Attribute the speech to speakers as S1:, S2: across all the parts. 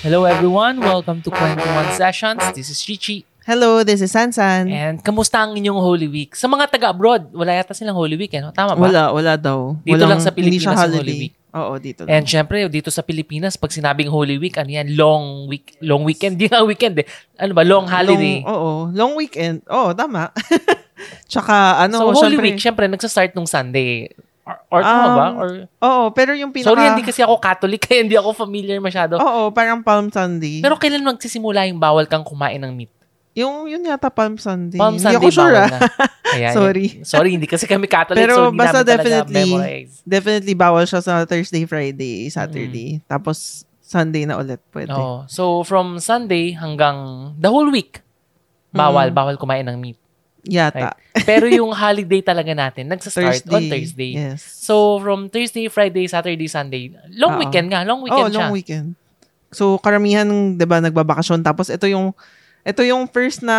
S1: Hello everyone, welcome to Kwentuhan Sessions. This is Chichi.
S2: Hello, this is Sansan.
S1: And kamusta ang inyong Holy Week? Sa mga taga-abroad, wala yata silang Holy Week, eh, no? Tama ba?
S2: Wala, wala daw.
S1: Dito
S2: Walang-
S1: lang sa
S2: hindi
S1: Pilipinas
S2: siya
S1: ang Holy
S2: holiday.
S1: Week.
S2: Oo, dito lang.
S1: And syempre, dito sa Pilipinas, pag sinabing Holy Week, ano yan? Long week, long weekend. Di nga weekend eh. Ano ba? Long holiday.
S2: Long, oo, long weekend. Oo, tama. Tsaka ano,
S1: so, Holy
S2: syempre-
S1: Week, syempre, nagsa-start nung Sunday. eh. Or, or tama
S2: Um,
S1: ba? Or,
S2: Oo, pero yung pinaka... Oh.
S1: Sorry, hindi kasi ako Catholic, kaya hindi ako familiar masyado.
S2: Oo, parang Palm Sunday.
S1: Pero kailan magsisimula yung bawal kang kumain ng meat?
S2: yung, yun yata Palm Sunday.
S1: Palm
S2: Hindi
S1: Sunday
S2: ako sure,
S1: bawal
S2: ah.
S1: na. Kaya, yun.
S2: Sorry.
S1: Sorry, hindi kasi kami Catholic,
S2: Pero
S1: so hindi
S2: basta
S1: namin
S2: definitely,
S1: talaga memorize.
S2: Definitely bawal siya sa Thursday, Friday, Saturday. Tapos Sunday na ulit pwede.
S1: Mm. Oo. So, from Sunday hanggang the whole week, bawal,
S2: Mm.
S1: bawal kumain ng meat.
S2: Yata.
S1: Pero yung holiday talaga natin, nagsastart
S2: Thursday.
S1: on Thursday.
S2: Yes.
S1: So, from Thursday, Friday, Saturday, Sunday, long
S2: Oo.
S1: weekend nga, long weekend
S2: oh,
S1: siya.
S2: long weekend. So, karamihan, di ba, nagbabakasyon. Tapos, ito yung, ito yung first na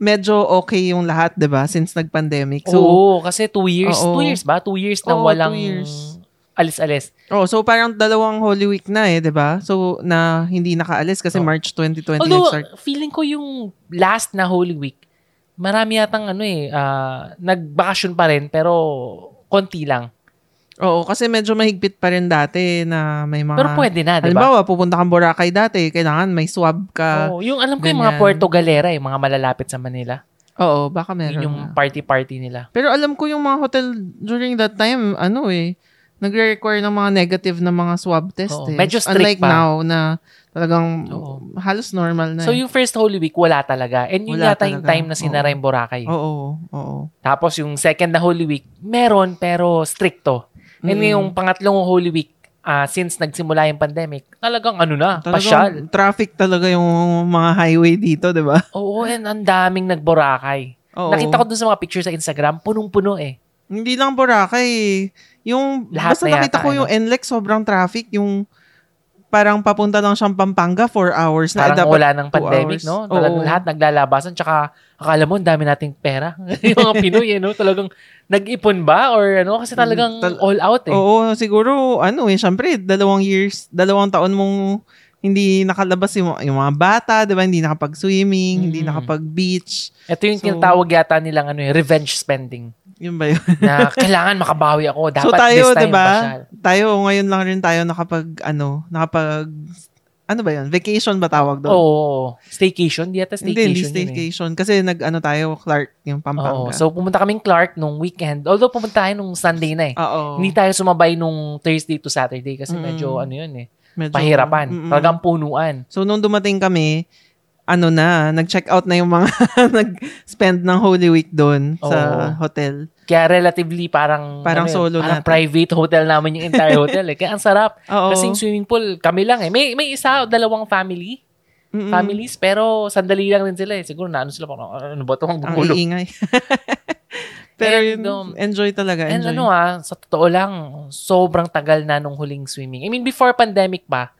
S2: medyo okay yung lahat, di ba, since nag-pandemic. So,
S1: Oo, kasi two years,
S2: Oo.
S1: two years ba? Two years na
S2: Oo, two
S1: walang
S2: years.
S1: alis-alis.
S2: oh, so parang dalawang Holy Week na eh, di ba? So, na hindi nakaalis kasi
S1: Oo.
S2: March 2020
S1: Although,
S2: nag-start.
S1: feeling ko yung last na Holy Week, marami yatang ano eh, ah, nagbakasyon pa rin, pero konti lang.
S2: Oo, kasi medyo mahigpit pa rin dati na may mga...
S1: Pero pwede na, di ba?
S2: Ah, Halimbawa, pupunta kang Boracay dati, kailangan may swab ka.
S1: Oo, yung alam ko yung mga
S2: ganyan.
S1: Puerto Galera, yung mga malalapit sa Manila.
S2: Oo, baka meron
S1: Yun yung
S2: na.
S1: party-party nila.
S2: Pero alam ko yung mga hotel during that time, ano eh, nagre-require ng mga negative na mga swab test
S1: Oo,
S2: eh.
S1: medyo strict
S2: Unlike
S1: pa.
S2: now na talagang
S1: Oo.
S2: halos normal Mm. na
S1: So
S2: eh.
S1: yung first Holy Week, wala talaga. And yun
S2: Wala
S1: yata yung
S2: talaga.
S1: time na sinara
S2: Oo.
S1: yung Boracay.
S2: Oo, oo.
S1: Tapos yung second na Holy Week, meron pero stricto. And
S2: Mm.
S1: yung pangatlong Holy Week, ah, since nagsimula yung pandemic, talagang ano na, pasyal.
S2: Talagang traffic talaga yung mga highway dito, di ba?
S1: Oo, and ang daming nagborakay.
S2: Oo.
S1: Nakita ko dun sa mga picture sa Instagram, punong-puno eh.
S2: Hindi lang Boracay. eh. Yung,
S1: Lahat
S2: basta
S1: na yata,
S2: nakita
S1: ano?
S2: ko yung NLEX, sobrang traffic. Yung parang papunta lang siyang Pampanga, 4 hours na. Eh,
S1: Parang
S2: dapat
S1: wala ng
S2: two
S1: pandemic,
S2: hours.
S1: no? Talagang
S2: Oo.
S1: lahat naglalabasan. Tsaka, akala mo, ang dami nating pera. yung mga Pinoy, eh, no? Talagang nag-ipon ba? Or ano? Kasi talagang
S2: Mm, tal-
S1: all out, eh.
S2: Oo, siguro, ano eh, syempre, dalawang years, dalawang taon mong hindi nakalabas yung, yung mga bata, di ba? Hindi nakapag-swimming, hindi
S1: Mm.
S2: nakapag-beach.
S1: Ito yung
S2: So-
S1: tinatawag yata nilang ano, eh, revenge spending.
S2: Yun ba yun?
S1: Na kailangan makabawi ako. Dapat
S2: so
S1: this
S2: tayo, diba?
S1: time
S2: di ba?
S1: pasyal.
S2: Tayo, ngayon lang rin tayo nakapag, ano, nakapag, ano ba yun? Vacation ba tawag doon?
S1: Oo. Staycation. Di yata
S2: hindi,
S1: staycation
S2: hindi
S1: yun, eh.
S2: staycation. Kasi nag, ano tayo, Clark,
S1: Oo.
S2: yung Pampanga.
S1: So, pumunta kaming Clark nung weekend. Although, pumunta tayo nung Sunday na eh.
S2: Oo.
S1: Hindi tayo sumabay nung Thursday to Saturday kasi
S2: Mm.
S1: medyo ano yun eh.
S2: Medyo-
S1: Pahirapan.
S2: Mm-mm.
S1: Talagang punuan.
S2: So, nung dumating kami, ano na, nag-check out na yung mga nag-spend ng Holy Week doon sa
S1: Oo.
S2: hotel.
S1: Kaya relatively parang
S2: Parang
S1: ano yun,
S2: solo
S1: parang
S2: natin.
S1: private hotel naman yung entire hotel eh. Kaya ang sarap.
S2: Oo.
S1: Kasi yung swimming pool, kami lang eh. May may isa o dalawang family,
S2: Mm-mm.
S1: families pero sandali lang din sila eh. Siguro naano sila parang ano ba 'tong
S2: Ang
S1: gulo.
S2: iingay. Pero
S1: And,
S2: yun,
S1: um,
S2: enjoy talaga.
S1: And
S2: Enjoy.
S1: ano ah, sa totoo lang, sobrang tagal na nung huling swimming. I mean, before pandemic pa,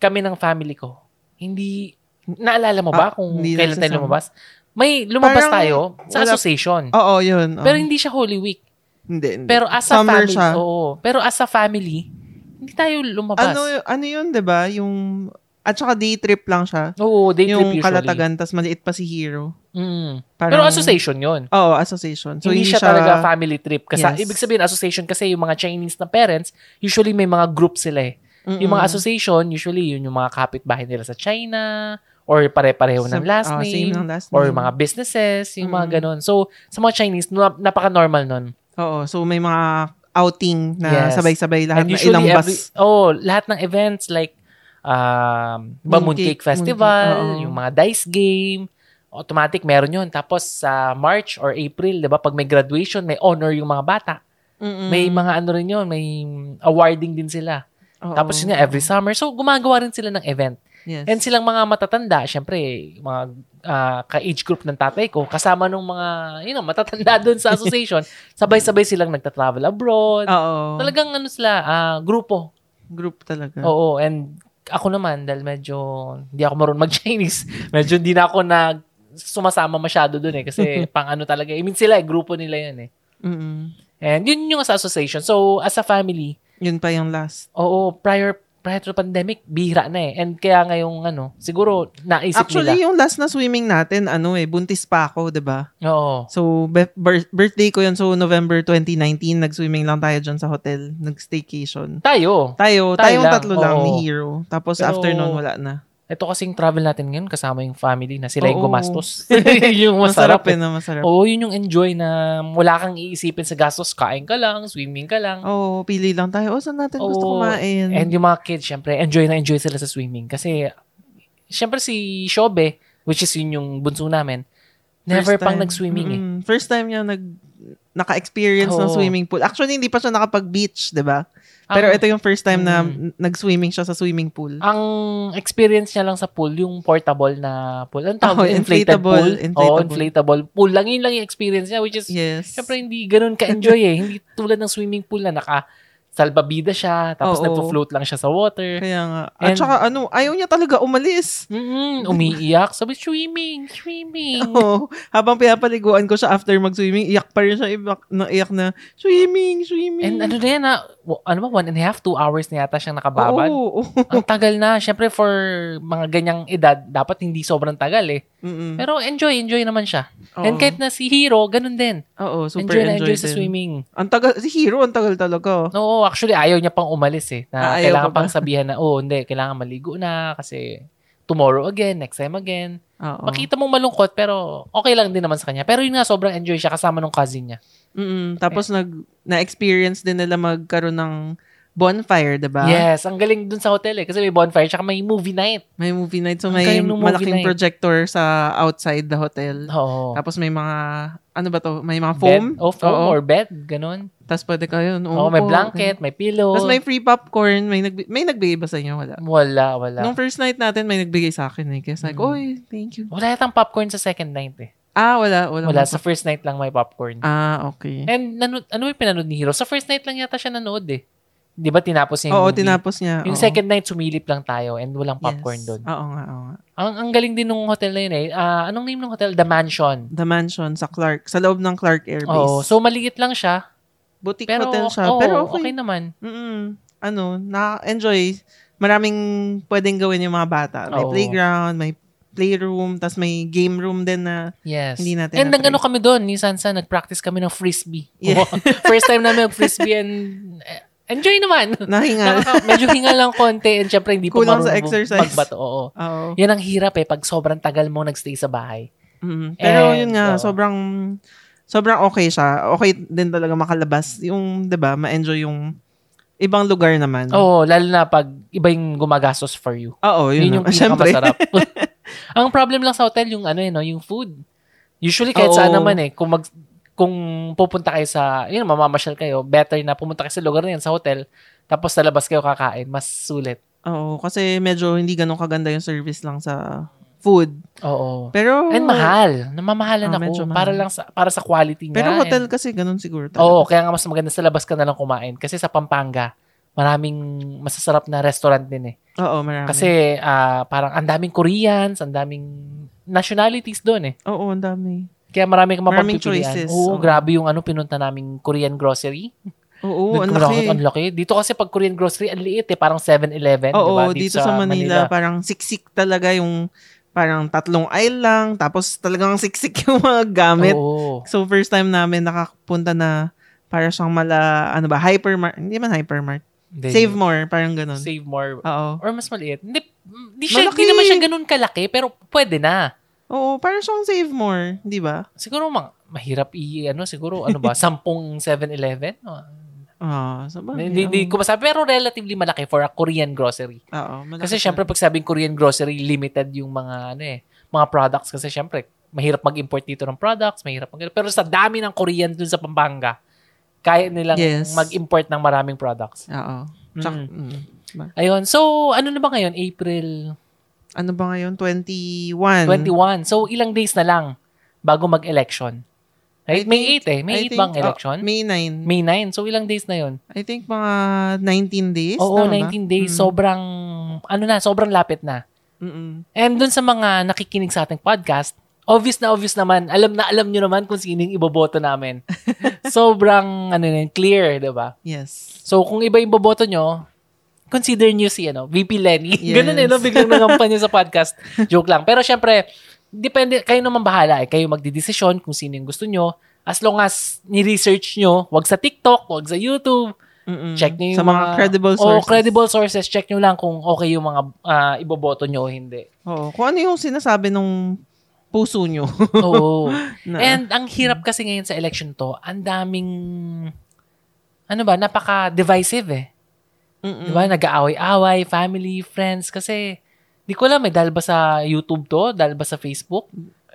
S1: kami ng family ko, hindi, naalala mo ba
S2: Ah,
S1: kung
S2: hindi
S1: kailan tayo
S2: nagsasama.
S1: lumabas? May, lumabas
S2: Parang
S1: tayo sa
S2: wala- Ah,
S1: association.
S2: Oo, yun. oo.
S1: Pero hindi siya Holy Week.
S2: hindi, hindi.
S1: Pero as a
S2: Summer
S1: family,
S2: siya.
S1: oo. Pero as a family, hindi tayo lumabas.
S2: ano, ano yun, di ba? Yung, at saka day trip lang siya.
S1: oo, day
S2: yung
S1: trip usually.
S2: kalatagan, tas maliit pa si Hero.
S1: Mm. Pero
S2: Parang-
S1: association yon
S2: Oo, association. So,
S1: hindi, siya, talaga family trip. Kasi
S2: Yes.
S1: ibig sabihin, association kasi yung mga Chinese na parents, usually may mga group sila eh. Yung mga association, usually yun yung mga kapitbahay nila sa China, or pare-pareho ng
S2: Sa-
S1: last
S2: oh, same
S1: name,
S2: ng last
S1: or
S2: name.
S1: mga businesses, yung mga
S2: Mm-mm.
S1: ganun. So, sa mga Chinese, na- napaka-normal nun.
S2: Oo, so may mga outing na
S1: Yes.
S2: sabay-sabay lahat
S1: And
S2: na
S1: usually,
S2: ilang bus.
S1: every, oh, lahat ng events like um, ba Mooncake
S2: Mooncake,
S1: Festival,
S2: Mooncake, oo.
S1: yung mga dice game, automatic meron yun. Tapos sa March or April, di ba, pag may graduation, may honor yung mga bata.
S2: Mm-mm.
S1: May mga ano rin yun, may awarding din sila.
S2: Oo.
S1: Tapos yun nga, every summer. So, gumagawa rin sila ng event.
S2: Yes.
S1: And silang mga matatanda, syempre, mga ah, ka-age group ng tatay ko, kasama nung mga, you know, matatanda doon sa association, sabay-sabay silang nagta-travel abroad.
S2: Oo.
S1: Talagang ano sila, ah, grupo.
S2: Group talaga.
S1: Oo, and ako naman, dahil medyo hindi ako marunong mag-Chinese, medyo hindi na ako nag sumasama masyado doon eh, kasi pang ano talaga. I mean sila, eh, grupo nila yun eh.
S2: Mm-mm.
S1: And yun yung sa association. So, as a family,
S2: Yun pa yung last.
S1: oo, prior prior to pandemic, bihira na eh. And kaya ngayong ano, siguro naisip
S2: Actually,
S1: nila.
S2: yung last na swimming natin, ano eh, buntis pa ako, 'di ba?
S1: Oo.
S2: So, be- bir- birthday ko yun. So, November 2019, nag-swimming lang tayo dyan sa hotel. Nag-staycation.
S1: Tayo. Tayo
S2: Tayo, tayong
S1: lang,
S2: tatlo lang
S1: oo.
S2: ni Hero. Tapos,
S1: Pero-
S2: after noon, wala na.
S1: Ito kasing travel natin ngayon, kasama yung family na sila yung
S2: Oo.
S1: gumastos. Yun yung
S2: Masarap,
S1: masarap.
S2: eh,
S1: eh.
S2: na masarap. Oo,
S1: Oo, yun yung enjoy na wala kang iisipin sa gastos. Kain ka lang, swimming ka lang.
S2: pili lang tayo. Oh, saan natin gusto
S1: Oo.
S2: kumain?
S1: And yung mga kids, syempre, enjoy na enjoy sila sa swimming. Kasi, syempre si Shobe, which is yun yung bunso namin, never
S2: First
S1: pang
S2: time.
S1: nag-swimming eh.
S2: Mm-mm. First time niya nag naka-experience ng
S1: Oo.
S2: swimming pool. Actually, hindi pa siya nakapag-beach, 'di ba?
S1: Ang-
S2: Pero ito yung first time na
S1: Ah. Mm. Ah,
S2: nag-swimming siya sa swimming pool.
S1: Ang experience niya lang sa pool, yung portable na pool. Ang tawag,
S2: Oh,
S1: inflated
S2: inflatable,
S1: pool. Oo,
S2: inflatable.
S1: inflatable pool. Lang yun lang yung experience niya, which is,
S2: yes.
S1: syempre, hindi ganun ka-enjoy eh. Hindi tulad ng swimming pool na naka salbabida siya, tapos
S2: Oo.
S1: nagpo-float lang siya sa water.
S2: Kaya nga. At
S1: Eh. And-
S2: saka ano, ayaw niya talaga umalis.
S1: Mm-mm, umiiyak. Sabi, swimming, swimming.
S2: Oo. Oh, habang pinapaliguan ko siya after mag-swimming, iyak pa rin siya iyak na, iyak na swimming, swimming.
S1: And ano na yan ha, w- ano ba, one and a half, two hours na yata siyang nakababad.
S2: Oo.
S1: Ang tagal na. Siyempre, for mga ganyang edad, dapat hindi sobrang tagal eh.
S2: Mm-mm.
S1: Pero enjoy, enjoy naman siya. And
S2: Mm. Oo.
S1: kahit na si Hero, ganun din.
S2: Oo, super
S1: enjoy na enjoy,
S2: din.
S1: sa swimming.
S2: Ang tagal, si Hero, ang tagal talaga. oh.
S1: Oo, actually, ayaw niya pang umalis eh. Na
S2: Ah, ayaw
S1: kailangan
S2: pa ba?
S1: pang sabihan na, oh, hindi, kailangan maligo na kasi tomorrow again, next time again.
S2: Oo.
S1: Makita mo malungkot pero okay lang din naman sa kanya. Pero yun nga, sobrang enjoy siya kasama nung cousin niya. Eh.
S2: Mm-mm. Tapos nag na-experience din nila magkaroon ng bonfire, diba? 'di ba?
S1: Yes, ang galing dun sa hotel eh. Kasi may bonfire, tsaka may movie night.
S2: May movie night so
S1: Ang
S2: may
S1: galing ng movie
S2: malaking
S1: night.
S2: projector sa outside the hotel.
S1: Oo.
S2: Tapos may mga ano ba 'to? May mga
S1: Bed,
S2: foam.
S1: oh, foam
S2: Oo.
S1: or bed, ganun.
S2: Tapos pwede kayo.
S1: Oo, may blanket, may pillow.
S2: Tapos may free popcorn. May, nagbi- may nagbigay ba sa inyo? Wala.
S1: Wala, wala.
S2: Nung first night natin, may nagbigay sa akin eh. Kaya sabi
S1: Mm.
S2: ko, oy, thank you.
S1: Wala yatang popcorn sa second night eh.
S2: Ah, wala. Wala.
S1: Wala, sa first night lang may popcorn.
S2: Ah, okay.
S1: And nanu- ano yung pinanood ni Hero? Sa first night lang yata siya nanood eh. Di ba tinapos niya yung
S2: Oo,
S1: movie?
S2: tinapos niya.
S1: Yung
S2: oo.
S1: second night, sumilip lang tayo and walang popcorn
S2: yes.
S1: doon.
S2: Oo nga, oo nga.
S1: Ang, ang galing din nung hotel na yun eh. Ah, anong name ng hotel? The Mansion.
S2: The mansion sa Clark. Sa loob ng Clark Air Base.
S1: Oo, so maliit lang siya.
S2: Boutique
S1: Pero,
S2: hotel siya.
S1: oo,
S2: pero
S1: okay.
S2: okay.
S1: naman.
S2: Mm-mm. Ano, na-enjoy. Maraming pwedeng gawin yung mga bata. May
S1: Oo.
S2: playground, may playroom, tas may game room din na
S1: Yes.
S2: Hindi natin
S1: and
S2: na-try.
S1: nag-ano kami doon, ni Sansa, nag-practice kami ng frisbee.
S2: Yeah.
S1: First time namin mag-frisbee and eh, enjoy naman.
S2: nahingal.
S1: Nakaka- medyo hinga lang konti and syempre hindi pa
S2: Kulang sa
S1: marunong
S2: exercise.
S1: magbato. Oo.
S2: Oo.
S1: Yan ang hirap eh pag sobrang tagal mo nagstay sa bahay.
S2: Mm. Pero
S1: Mm-hmm. And,
S2: yun nga,
S1: oo.
S2: sobrang sobrang okay siya. Okay din talaga makalabas yung, 'di ba, ma-enjoy yung ibang lugar naman.
S1: Oo, lalo na pag iba yung gumagastos for you.
S2: Oo, yun,
S1: Yun, yung
S2: na. Siyempre.
S1: pinakamasarap. ang problem lang sa hotel yung ano eh, no, yung food. Usually kahit
S2: Oo.
S1: saan naman eh, kung mag kung pupunta kayo sa, yun, mamamasyal kayo, better na pumunta kayo sa lugar na yan, sa hotel, tapos sa labas kayo kakain, mas sulit.
S2: Oo, kasi medyo hindi ganun kaganda yung service lang sa food.
S1: Oo.
S2: Pero
S1: And mahal. Namamahalan
S2: Ah, medyo
S1: ako.
S2: mahal.
S1: Para lang sa, para sa quality niya.
S2: Pero
S1: and- Oh,
S2: hotel kasi ganun siguro talaga.
S1: Oo, kaya nga mas maganda sa labas ka na lang kumain. Kasi sa Pampanga, maraming masasarap na restaurant din eh.
S2: Oo, marami.
S1: Kasi ah, parang ang daming Koreans, ang daming nationalities doon eh.
S2: Oo, ang dami.
S1: Kaya marami kang
S2: Maraming
S1: mapagpipilian.
S2: choices,
S1: Oo,
S2: oo.
S1: grabe yung ano, pinunta naming Korean grocery.
S2: Oo,
S1: Doon
S2: ang
S1: ko
S2: laki.
S1: nakakita, ang laki. Dito kasi pag Korean grocery, ang liit eh. Parang 7-Eleven,
S2: Oo,
S1: diba?
S2: dito, sa Manila, parang siksik talaga yung parang tatlong aisle lang, tapos talagang siksik yung mga gamit.
S1: Oo.
S2: So, first time namin nakapunta na para siyang mala, ano ba, hypermart, hindi man hypermart,
S1: Hindi.
S2: save more, parang ganun.
S1: Save more.
S2: Oo.
S1: Or mas maliit. Hindi, hindi, siya,
S2: Malaki!
S1: hindi naman siya ganun kalaki, pero pwede na.
S2: Oo, parang siyang save more, di ba?
S1: Siguro mga, mahirap i, ano, siguro, ano ba, sampung 7-Eleven? O,
S2: Oo, so ba?
S1: Hindi, hindi ko masabi. Pero relatively malaki for a Korean grocery.
S2: Oo, malaki
S1: Kasi
S2: siya.
S1: syempre, pag sabing Korean grocery, limited yung mga, ano eh, mga products. Kasi syempre, mahirap mag-import dito ng products, mahirap mag Pero sa dami ng Korean dun sa Pampanga, kaya nilang
S2: Yes.
S1: mag-import ng maraming products.
S2: Oo. Tsak-
S1: Mm.
S2: mm.
S1: Ayun. So, ano na ba ngayon? April
S2: Ano ba ngayon? 21.
S1: 21. So, ilang days na lang bago mag-election. Right?
S2: I
S1: May 8 eh.
S2: I
S1: May 8
S2: think,
S1: bang
S2: oh,
S1: election?
S2: May 9.
S1: May 9. So, ilang days na yon
S2: I think mga 19 days.
S1: Oo,
S2: tama ba?
S1: 19 days.
S2: Mm.
S1: Sobrang, ano na, sobrang lapit na.
S2: Mm-mm.
S1: And dun sa mga nakikinig sa ating podcast, obvious na obvious naman, alam na alam nyo naman kung sino yung iboboto namin. Sobrang, ano yun, clear, di ba?
S2: Yes.
S1: So, kung iba yung boboto nyo, consider nyo si ano, VP Lenny.
S2: Yes.
S1: Ganun eh, no? biglang nangampan nyo sa podcast. Joke lang. Pero syempre, depende, kayo naman bahala eh. Kayo magdidesisyon kung sino yung gusto nyo. As long as ni-research nyo, wag sa TikTok, wag sa YouTube,
S2: Mm-mm.
S1: check nyo yung
S2: Mm. Sa mga, credible
S1: Oh,
S2: sources.
S1: credible sources, check nyo lang kung okay yung mga ah, iboboto nyo o hindi.
S2: Oo. Kung ano yung sinasabi nung puso nyo.
S1: Oo.
S2: na, Hmm.
S1: And ang hirap kasi ngayon sa election to, ang daming ano ba, napaka-divisive eh. Di
S2: Mm-mm.
S1: ba? Nag-aaway-away, family, friends. Kasi, di ko alam eh, dahil ba sa YouTube to, dahil ba sa Facebook,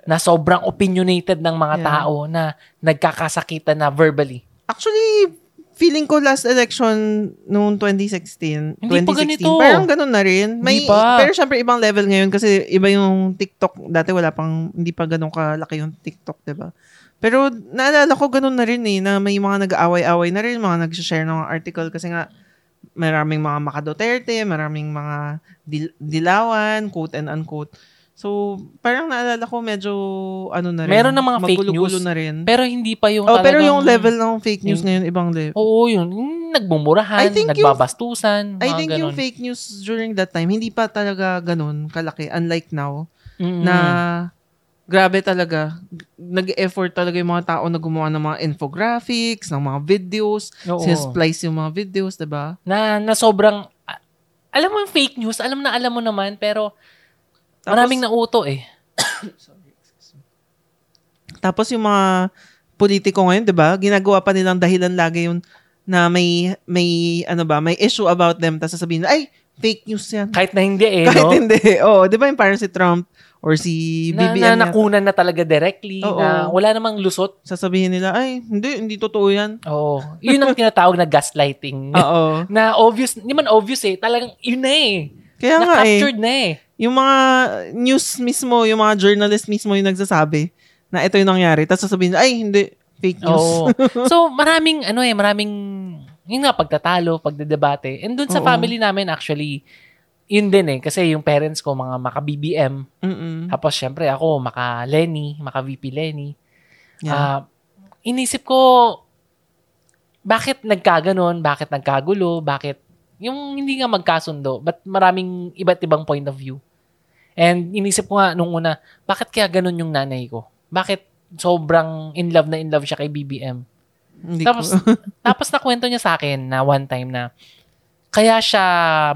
S1: na sobrang opinionated ng mga
S2: Yeah.
S1: tao na nagkakasakitan na verbally.
S2: Actually, feeling ko last election noong 2016,
S1: Hindi pa
S2: 2016,
S1: ganito.
S2: parang ganun na rin. May,
S1: Hindi pa.
S2: Pero syempre ibang level ngayon kasi iba yung TikTok. Dati wala pang, hindi pa ganun kalaki yung TikTok, di ba? Pero naalala ko ganun na rin eh, na may mga nag-aaway-away na rin, mga nag-share ng mga article kasi nga maraming mga makadoterte, maraming mga dil- dilawan, quote and unquote. So, parang naalala ko medyo ano na rin.
S1: Meron ng mga fake news.
S2: magulo-gulo na rin.
S1: Pero hindi pa yung
S2: Oh, pero
S1: talagang-
S2: yung level ng fake news ngayon ibang level.
S1: Oo, yun. Yung Nagmumurahan,
S2: I think yung-
S1: nagbabastusan,
S2: I
S1: mga
S2: think yung
S1: ganun.
S2: fake news during that time hindi pa talaga ganun kalaki unlike now
S1: Mm.
S2: na grabe talaga nag-effort talaga yung mga tao na gumawa ng mga infographics, ng mga videos,
S1: Oo.
S2: splice yung mga videos, diba? 'di ba?
S1: na, na sobrang, a- alam mo yung fake news, alam na alam mo naman, pero
S2: Tapos-
S1: maraming nauto eh.
S2: Tapos yung mga politiko ngayon, 'di ba? Ginagawa pa nilang dahilan lagi yun na may may ano ba, may issue about them tapos sasabihin, ay, fake news 'yan.
S1: Kahit na hindi eh,
S2: Kahit
S1: no?
S2: hindi. Oo, 'di ba yung parang si Trump or si ano
S1: na,
S2: BBM
S1: na
S2: na,
S1: nakunan na talaga directly,
S2: Oo.
S1: na wala namang lusot.
S2: sasabihin nila, ay, hindi, hindi totoo yan.
S1: Oo. Yun ang tinatawag na gaslighting.
S2: Oo.
S1: na obvious, hindi man obvious eh, talagang yun na eh.
S2: Kaya nga eh,
S1: Na-captured na eh.
S2: yung mga news mismo, yung mga journalist mismo yung nagsasabi na ito yung nangyari. Tapos sasabihin, ay, hindi, fake news.
S1: Oo. so, maraming, ano eh, maraming, yun nga, pagtatalo, pagdedebate. And dun sa
S2: Oo.
S1: family namin, actually, yun din eh. Kasi yung parents ko, mga maka-BBM.
S2: Mm-mm.
S1: Tapos, syempre, ako, maka-Lenny, maka-VP Lenny.
S2: Yeah.
S1: Ah, inisip ko, bakit nagkaganon? Bakit nagkagulo? Bakit yung hindi nga magkasundo? But maraming iba't ibang point of view. And inisip ko nga nung una, bakit kaya ganon yung nanay ko? Bakit sobrang in love na in love siya kay BBM?
S2: hindi
S1: Tapos,
S2: ko.
S1: tapos nakwento niya sa akin na one time na kaya siya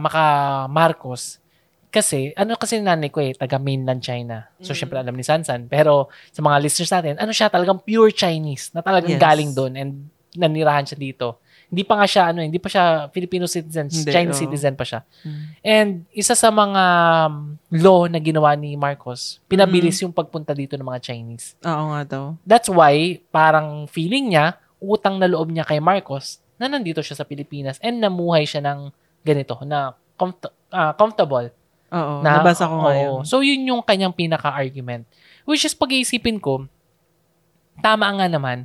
S1: maka Marcos kasi, ano kasi nanay ko eh, taga mainland China. So,
S2: Mm.
S1: syempre alam ni Sansan. Pero sa mga listeners natin, ano siya talagang pure Chinese na talagang
S2: Yes.
S1: galing doon and nanirahan siya dito. Hindi pa nga siya, ano, eh, hindi pa siya Filipino citizen,
S2: Hindi,
S1: Chinese
S2: oo.
S1: citizen pa siya.
S2: Mm.
S1: And isa sa mga um, law na ginawa ni Marcos, pinabilis
S2: Mm.
S1: yung pagpunta dito ng mga Chinese.
S2: Oo nga daw.
S1: That's why, parang feeling niya, utang na loob niya kay Marcos na nandito siya sa Pilipinas and namuhay siya ng ganito, na comfort- ah, comfortable.
S2: Oo,
S1: na,
S2: nabasa ko nga
S1: oo.
S2: yun.
S1: So, yun yung kanyang pinaka-argument. Which is, pag-iisipin ko, tama nga naman.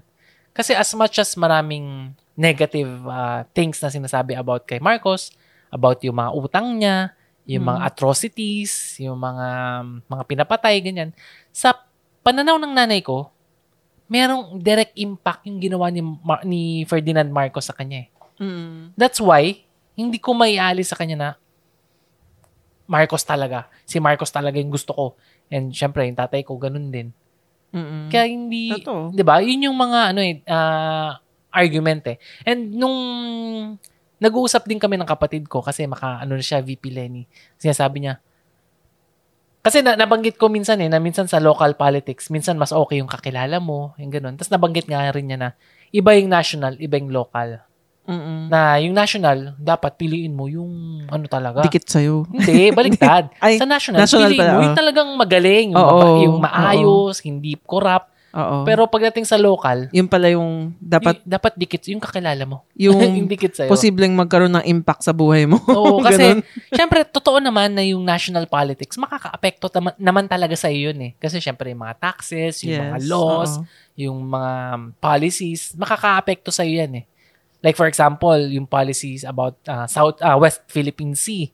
S1: Kasi as much as maraming negative ah, things na sinasabi about kay Marcos, about yung mga utang niya, yung mga
S2: Mm.
S1: atrocities, yung mga mga pinapatay, ganyan. Sa pananaw ng nanay ko, merong direct impact yung ginawa ni, Mar- ni Ferdinand Marcos sa kanya eh.
S2: Mm.
S1: That's why, hindi ko maiali sa kanya na Marcos talaga. Si Marcos talaga yung gusto ko. And syempre, yung tatay ko, ganun din.
S2: Mm-mm.
S1: Kaya hindi,
S2: Hmm. Totoo.
S1: 'di ba? 'Yun yung mga ano eh ah, argument eh. And nung nag-uusap din kami ng kapatid ko kasi maka ano na siya VP Lenny. Sinasabi niya kasi na, nabanggit ko minsan eh, na minsan sa local politics, minsan mas okay yung kakilala mo, yung ganun. Tapos nabanggit nga rin niya na iba yung national, iba yung local.
S2: Mm-mm.
S1: Na yung national, dapat piliin mo yung ano talaga.
S2: Dikit sa'yo.
S1: Hindi, baliktad.
S2: Ay,
S1: sa national,
S2: national
S1: piliin
S2: pala,
S1: mo
S2: oh.
S1: yung talagang magaling, yung,
S2: Oo,
S1: maba- yung
S2: oo.
S1: maayos, hindi corrupt.
S2: Oo.
S1: Pero pagdating sa local,
S2: yun pala yung
S1: Y-
S2: dapat
S1: dapat dikit yung kakilala mo. yung
S2: yung
S1: dikit sa'yo.
S2: posibleng magkaroon ng impact sa buhay mo.
S1: Oo,
S2: Ganun.
S1: kasi syempre totoo naman na yung national politics makakaapekto tama- naman talaga sa yun eh. Kasi syempre yung mga taxes, yung mga
S2: Yes,
S1: laws,
S2: oo.
S1: yung mga um, policies, makakaapekto sa iyo yan eh. Like for example, yung policies about uh, South ah, West Philippine Sea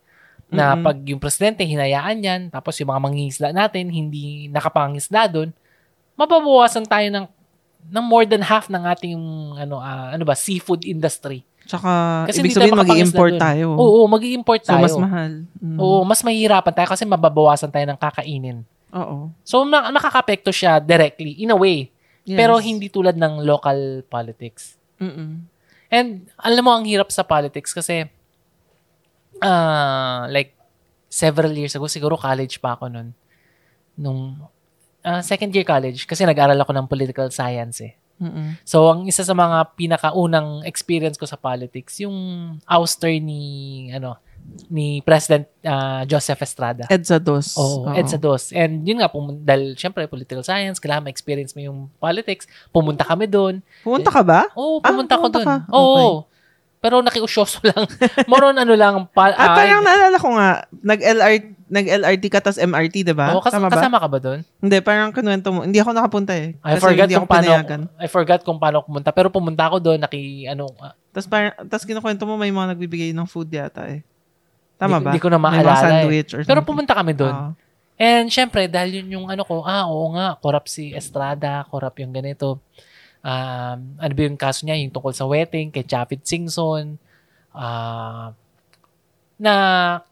S1: na
S2: Mm-mm.
S1: pag yung presidente hinayaan yan, tapos yung mga mangingisla natin hindi nakapangisla doon, mababawasan tayo ng ng more than half ng ating ano ah, ano ba seafood industry.
S2: Tsaka,
S1: Kasi hindi
S2: ibig
S1: tayo
S2: sabihin mag-import
S1: makapangisda
S2: tayo.
S1: Oo, mag-import
S2: Mm. So,
S1: tayo.
S2: mas mahal. Mm.
S1: Oo, mas mahihirapan tayo kasi mababawasan tayo ng kakainin.
S2: Oo.
S1: So, na- nakakapekto siya directly, in a way.
S2: Yes.
S1: Pero hindi tulad ng local politics.
S2: Mm-mm.
S1: And alam mo, ang hirap sa politics kasi ah like several years ago, siguro college pa ako nun. Nung ah, second year college kasi nag-aral ako ng political science eh.
S2: Mm-mm.
S1: So, ang isa sa mga pinakaunang experience ko sa politics, yung ouster ni, ano, ni President ah, Joseph Estrada.
S2: EDSA dos.
S1: Oo, EDSA DOS. And yun nga, pumun- dahil syempre political science, kailangan ma-experience mo yung politics. Pumunta kami doon.
S2: Pumunta ka ba?
S1: Oo,
S2: Ah,
S1: pumunta ko
S2: pumunta
S1: doon.
S2: ka.
S1: Oo. Pero nakiusyoso lang. Moron ano lang. Pa,
S2: Ah,
S1: ah,
S2: parang naalala ko nga, nag-LRT, nag-LRT ka tas MRT, di ba?
S1: oo, kas-
S2: Tama ba?
S1: kasama ka ba doon?
S2: Hindi, parang kinuwento mo. Hindi ako nakapunta eh.
S1: I
S2: Kasi
S1: forgot
S2: hindi ako
S1: kung paano,
S2: pinayagan.
S1: I forgot kung paano ako pumunta. Pero pumunta ako doon, naki, ano, ah,
S2: Tapos parang, tapos kinukwento mo may mga nagbibigay ng food yata eh.
S1: Hindi ko-
S2: Tama ba?
S1: hindi ko na
S2: May
S1: maalala
S2: mga
S1: eh.
S2: sandwich Ah, or
S1: pero
S2: something.
S1: pumunta kami doon.
S2: Oo.
S1: And syempre, dahil yun yung ano ko, ah, oo nga, corrupt si Estrada, corrupt yung ganito. Um, ano ba yung kaso niya, yung tungkol sa wedding, kay Chafit Singson, ah, na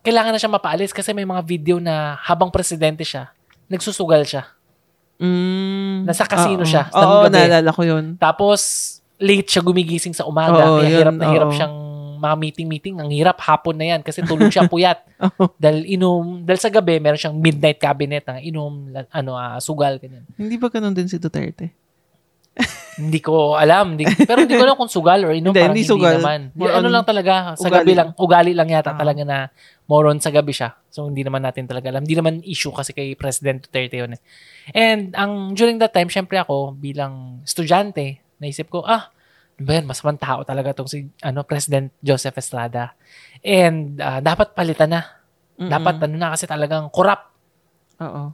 S1: kailangan na siya mapaalis kasi may mga video na habang presidente siya, nagsusugal siya.
S2: Mm.
S1: Nasa casino
S2: Oo.
S1: siya, ng gabi.
S2: Oo, naalala ko yun.
S1: Tapos, late siya gumigising sa umaga,
S2: Oo,
S1: kaya
S2: yun,
S1: hirap na hirap
S2: oo.
S1: siyang mga meeting-meeting. Ang hirap, hapon na yan kasi tulog siya puyat.
S2: Oo.
S1: Dahil inom, dahil sa gabi, meron siyang midnight cabinet na inom, la- ano, ah, sugal, ganyan.
S2: Hindi ba ganun din si Duterte?
S1: Hindi ko alam. Hindi, pero hindi ko alam kung sugal or inom.
S2: Hindi,
S1: parang
S2: hindi
S1: hindi,
S2: sugal.
S1: naman. Hindi,
S2: More
S1: ano
S2: on
S1: lang talaga, sa
S2: ugali.
S1: gabi lang. Ugali lang yata
S2: Ah.
S1: talaga na moron sa gabi siya. So, hindi naman natin talaga alam. Hindi naman issue kasi kay President Duterte yun. eh. And ang during that time, syempre ako bilang estudyante, naisip ko, ah, ano ba yan, masamang tao talaga tong si ano, President Joseph Estrada. And ah, dapat palitan na.
S2: Mm-mm.
S1: Dapat ano na kasi talagang corrupt
S2: Oo.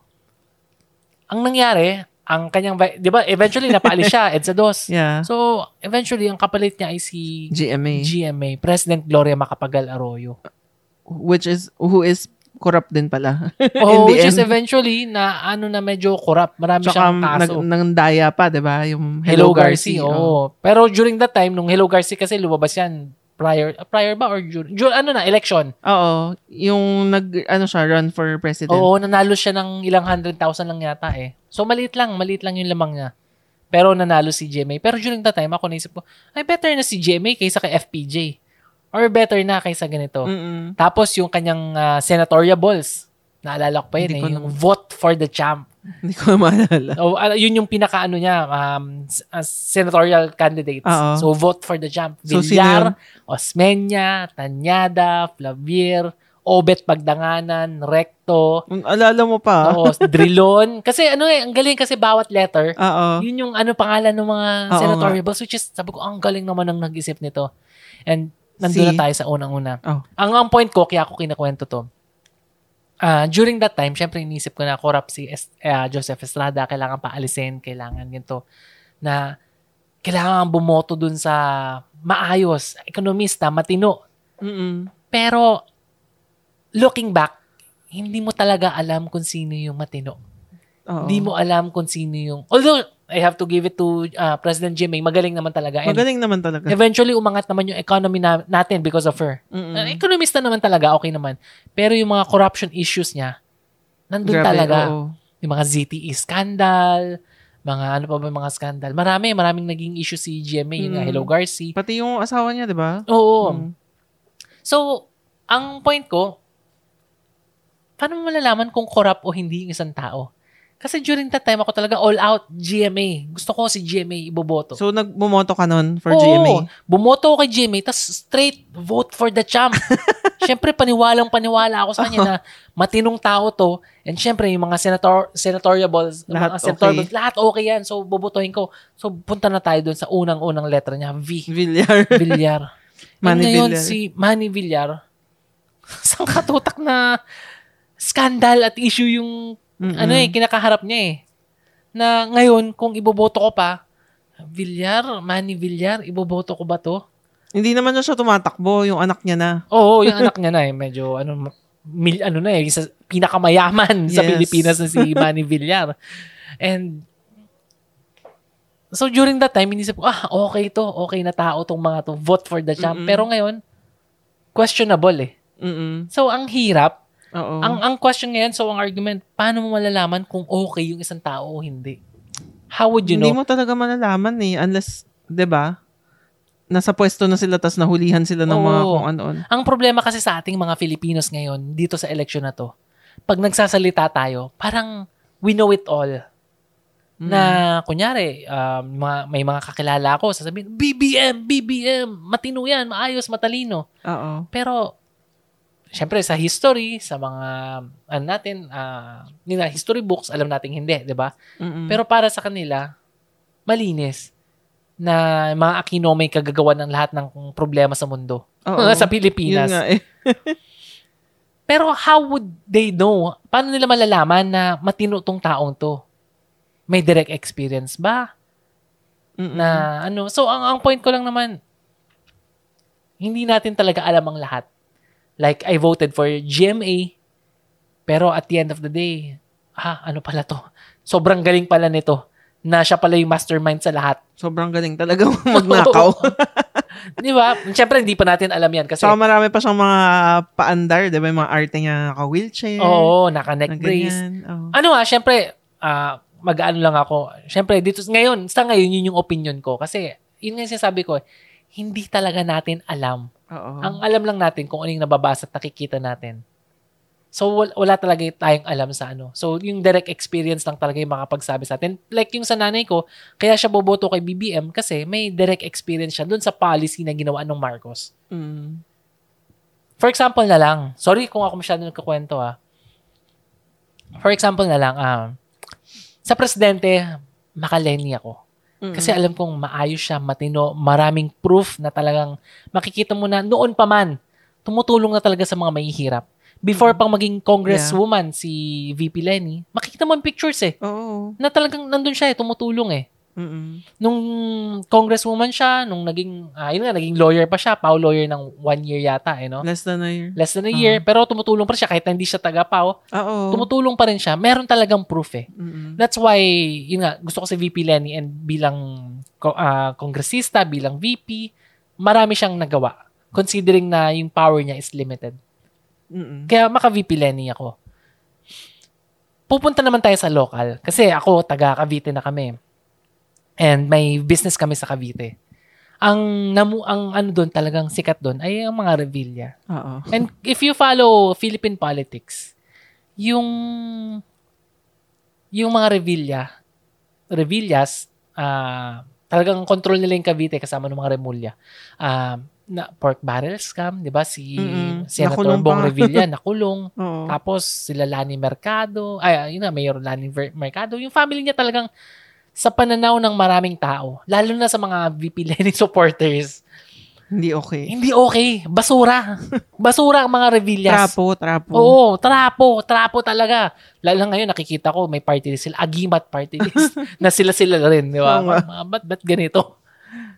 S1: ang nangyari, ang kanyang, vi- di ba, eventually napaalis siya, EDSA DOS.
S2: Yeah.
S1: So, eventually, ang kapalit niya ay si
S2: GMA.
S1: GMA, President Gloria Macapagal Arroyo.
S2: which is, who is corrupt din pala.
S1: Oh,
S2: the
S1: which is
S2: end.
S1: eventually na ano na medyo corrupt. Marami
S2: Tsaka
S1: siyang
S2: nag,
S1: kaso.
S2: nangdaya pa, di ba? Yung
S1: Hello,
S2: Hello,
S1: Garci.
S2: Garcia. oo.
S1: Oo. Pero during that time, nung Hello Garci kasi lumabas yan prior, ah, prior ba or dur- dur- ano na, election.
S2: Oo. Yung nag, ano siya, run for president.
S1: Oo, nanalo siya ng ilang hundred thousand lang yata eh. So, maliit lang, maliit lang yung lamang niya. Pero nanalo si GMA. Pero during that time, ako naisip ko, ay better na si GMA kaysa kay FPJ. Or better na kaysa ganito.
S2: Mm-mm.
S1: Tapos yung kanyang ah, senatorial balls, naalala ko pa yun eh,
S2: Hindi ko
S1: yung vote for the champ.
S2: Hindi ko na maalala.
S1: O, ah, yun yung pinaka ano niya, um, s- ah, senatorial candidates.
S2: Oo.
S1: So vote for the champ.
S2: So, sino
S1: Villar, Osmeña, Tanyada, Flavier, Obet Pagdanganan, Recto,
S2: Ang Alala mo pa.
S1: Oo, Drilon. Kasi ano eh, ang galing kasi bawat letter,
S2: Oo.
S1: yun yung ano pangalan ng mga
S2: Diba? Oo
S1: senatorial bills, which is, sabi ko, ang galing naman ang nag-isip nito. And nandun
S2: Si-
S1: na tayo sa unang-una.
S2: Oh.
S1: Ang, ang point ko, kaya ako kinakwento to, ah, during that time, syempre inisip ko na corrupt si Es- ah, Joseph Estrada, kailangan paalisin, kailangan ganito, na kailangan bumoto dun sa maayos, ekonomista, matino,
S2: Mm-mm.
S1: pero, looking back, hindi mo talaga alam kung sino yung matino.
S2: Oo.
S1: Hindi mo alam kung sino yung... Although, I have to give it to uh, President Jimmy. Magaling naman talaga. And
S2: Magaling naman talaga.
S1: eventually, umangat naman yung economy na, natin because of her.
S2: Mm-mm.
S1: Uh, economist na naman talaga, okay naman. Pero yung mga corruption issues niya, nandun
S2: Grabe,
S1: talaga.
S2: oo.
S1: Yung mga ZTE scandal, mga ano pa ba yung mga scandal. Marami, maraming naging issue si GMA. Yung nga,
S2: Mm.
S1: Hello Garci.
S2: Pati yung asawa niya, di ba?
S1: Oo.
S2: Mm.
S1: So, ang point ko, paano mo malalaman kung corrupt o hindi yung isang tao? Kasi during that time, ako talaga all out GMA. Gusto ko si GMA iboboto.
S2: So, nagmumoto ka nun for
S1: Oo,
S2: GMA?
S1: Bumoto ako kay GMA, tas straight vote for the champ. Siyempre, paniwalang paniwala ako sa kanya na matinong tao to. And siyempre, yung mga senator, senatorial balls, mga
S2: Lahat
S1: senator
S2: okay.
S1: balls, lahat okay yan. So, bobotohin ko. So, punta na tayo dun sa unang-unang letra niya, V.
S2: Villar.
S1: Villar. Manny
S2: Manny
S1: ngayon,
S2: Villar.
S1: si Manny Villar, isang katutak na scandal at issue yung
S2: Mm-mm.
S1: ano eh, kinakaharap niya eh. Na ngayon, kung iboboto ko pa, Villar, Manny Villar, iboboto ko ba to?
S2: Hindi naman na siya tumatakbo, yung anak niya na.
S1: Oo, yung anak niya na eh, medyo ano, mil, ano na eh, isa, pinakamayaman sa
S2: Yes.
S1: Pilipinas na si Manny Villar. And So during that time, inisip ko, ah, okay to, okay na tao tong mga to, vote for the champ.
S2: Mm-mm.
S1: Pero ngayon, questionable eh.
S2: Mm-mm.
S1: So ang hirap,
S2: Oo.
S1: ang ang question ngayon, so ang argument, paano mo malalaman kung okay yung isang tao o hindi? How would you
S2: Hindi
S1: know?
S2: mo talaga malalaman eh. Unless, 'di ba Nasa pwesto na sila tas nahulihan sila ng mga
S1: Oo.
S2: kung ano.
S1: Ang problema kasi sa ating mga Filipinos ngayon dito sa election na to, pag nagsasalita tayo, parang we know it all.
S2: Mm.
S1: na kunyari um, mga, may mga kakilala ko sasabihin BBM BBM matino yan maayos matalino
S2: Oo.
S1: pero syempre sa history sa mga ano natin ah, nila history books alam nating hindi 'di ba Mm-hmm.
S2: Mm-mm.
S1: pero para sa kanila malinis na mga Aquino may kagagawa ng lahat ng problema sa mundo
S2: Oo.
S1: sa
S2: Yun
S1: Pilipinas
S2: nga eh.
S1: pero how would they know? Paano nila malalaman na matino tong taong to? May direct experience ba?
S2: Mm-mm.
S1: Na ano? So, ang, ang point ko lang naman, hindi natin talaga alam ang lahat. Like, I voted for GMA, pero at the end of the day, ah, ano pala to? Sobrang galing pala nito na siya pala yung mastermind sa lahat.
S2: Sobrang galing talaga magnakaw.
S1: Di ba? Siyempre, hindi pa natin alam yan kasi,
S2: Saka marami pa siyang mga paandar, di ba? Yung mga arte niya naka-wheelchair.
S1: oo,
S2: na
S1: naka-neck brace,
S2: ganyan. Oo.
S1: Ano ah, syempre, ah, mag-ano lang ako. Syempre, dito, ngayon, sa ngayon, yun yung opinion ko. Kasi, yun nga yung sinasabi ko, eh, hindi talaga natin alam.
S2: Oo.
S1: Ang alam lang natin kung ano yung nababasa at nakikita natin. So, wal- wala talaga tayong alam sa ano. So, yung direct experience lang talaga yung makapagsabi sa atin. Like yung sa nanay ko, kaya siya boboto kay BBM kasi may direct experience siya dun sa policy na ginawa ng Marcos.
S2: Mm.
S1: For example na lang, sorry kung ako masyado nagkakwento ah. For example na lang, ah, sa presidente, makaleni ako.
S2: Mm-mm.
S1: Kasi alam kong maayos siya, matino, maraming proof na talagang makikita mo na noon pa man, tumutulong na talaga sa mga mahihirap. Before pang maging congresswoman si VP Lenny, makikita mo ang pictures eh,
S2: Oo.
S1: na talagang nandun siya eh, tumutulong eh
S2: Mm-mm.
S1: nung congresswoman siya, nung naging, ah, yun nga, naging lawyer pa siya, PAW lawyer ng one year yata, eh, no?
S2: Less than a year.
S1: Less than a year, pero tumutulong pa rin siya kahit na hindi siya taga-PAW,
S2: Oo.
S1: tumutulong pa rin siya. Meron talagang proof, eh.
S2: Mm-mm.
S1: That's why, yun nga, gusto ko si VP Lenny and bilang ko- ah, kongresista, bilang VP, marami siyang nagawa considering na yung power niya is limited.
S2: Mm-mm.
S1: Kaya maka-VP Lenny ako. Pupunta naman tayo sa local. Kasi ako, taga Cavite na kami. And may business kami sa Cavite. Ang, namu, ang ano doon, talagang sikat doon, ay ang mga Revilla.
S2: Oo.
S1: And if you follow Philippine politics, yung yung mga Revilla, Revillas, ah, talagang control nila yung Cavite kasama ng mga Remulla. Ah, na pork barrel scam, 'di ba? Si
S2: Mm-mm.
S1: Senator
S2: Nakulong pa Oh.
S1: Bong
S2: nga.
S1: Revilla nakulong.
S2: Oo.
S1: Tapos sila Lani Mercado, ay ah, yun na Mayor Lani Ver- Mercado, yung family niya talagang sa pananaw ng maraming tao, lalo na sa mga VP Lenin supporters,
S2: Hindi okay.
S1: hindi okay. Basura. Basura ang mga Revillas.
S2: Trapo, trapo.
S1: Oo, trapo. Trapo talaga. Lalo na ngayon, nakikita ko, may party list sila. Agimat party list. na sila-sila rin, di ba?
S2: Oo nga.
S1: Mga, Ba't, ba't ganito?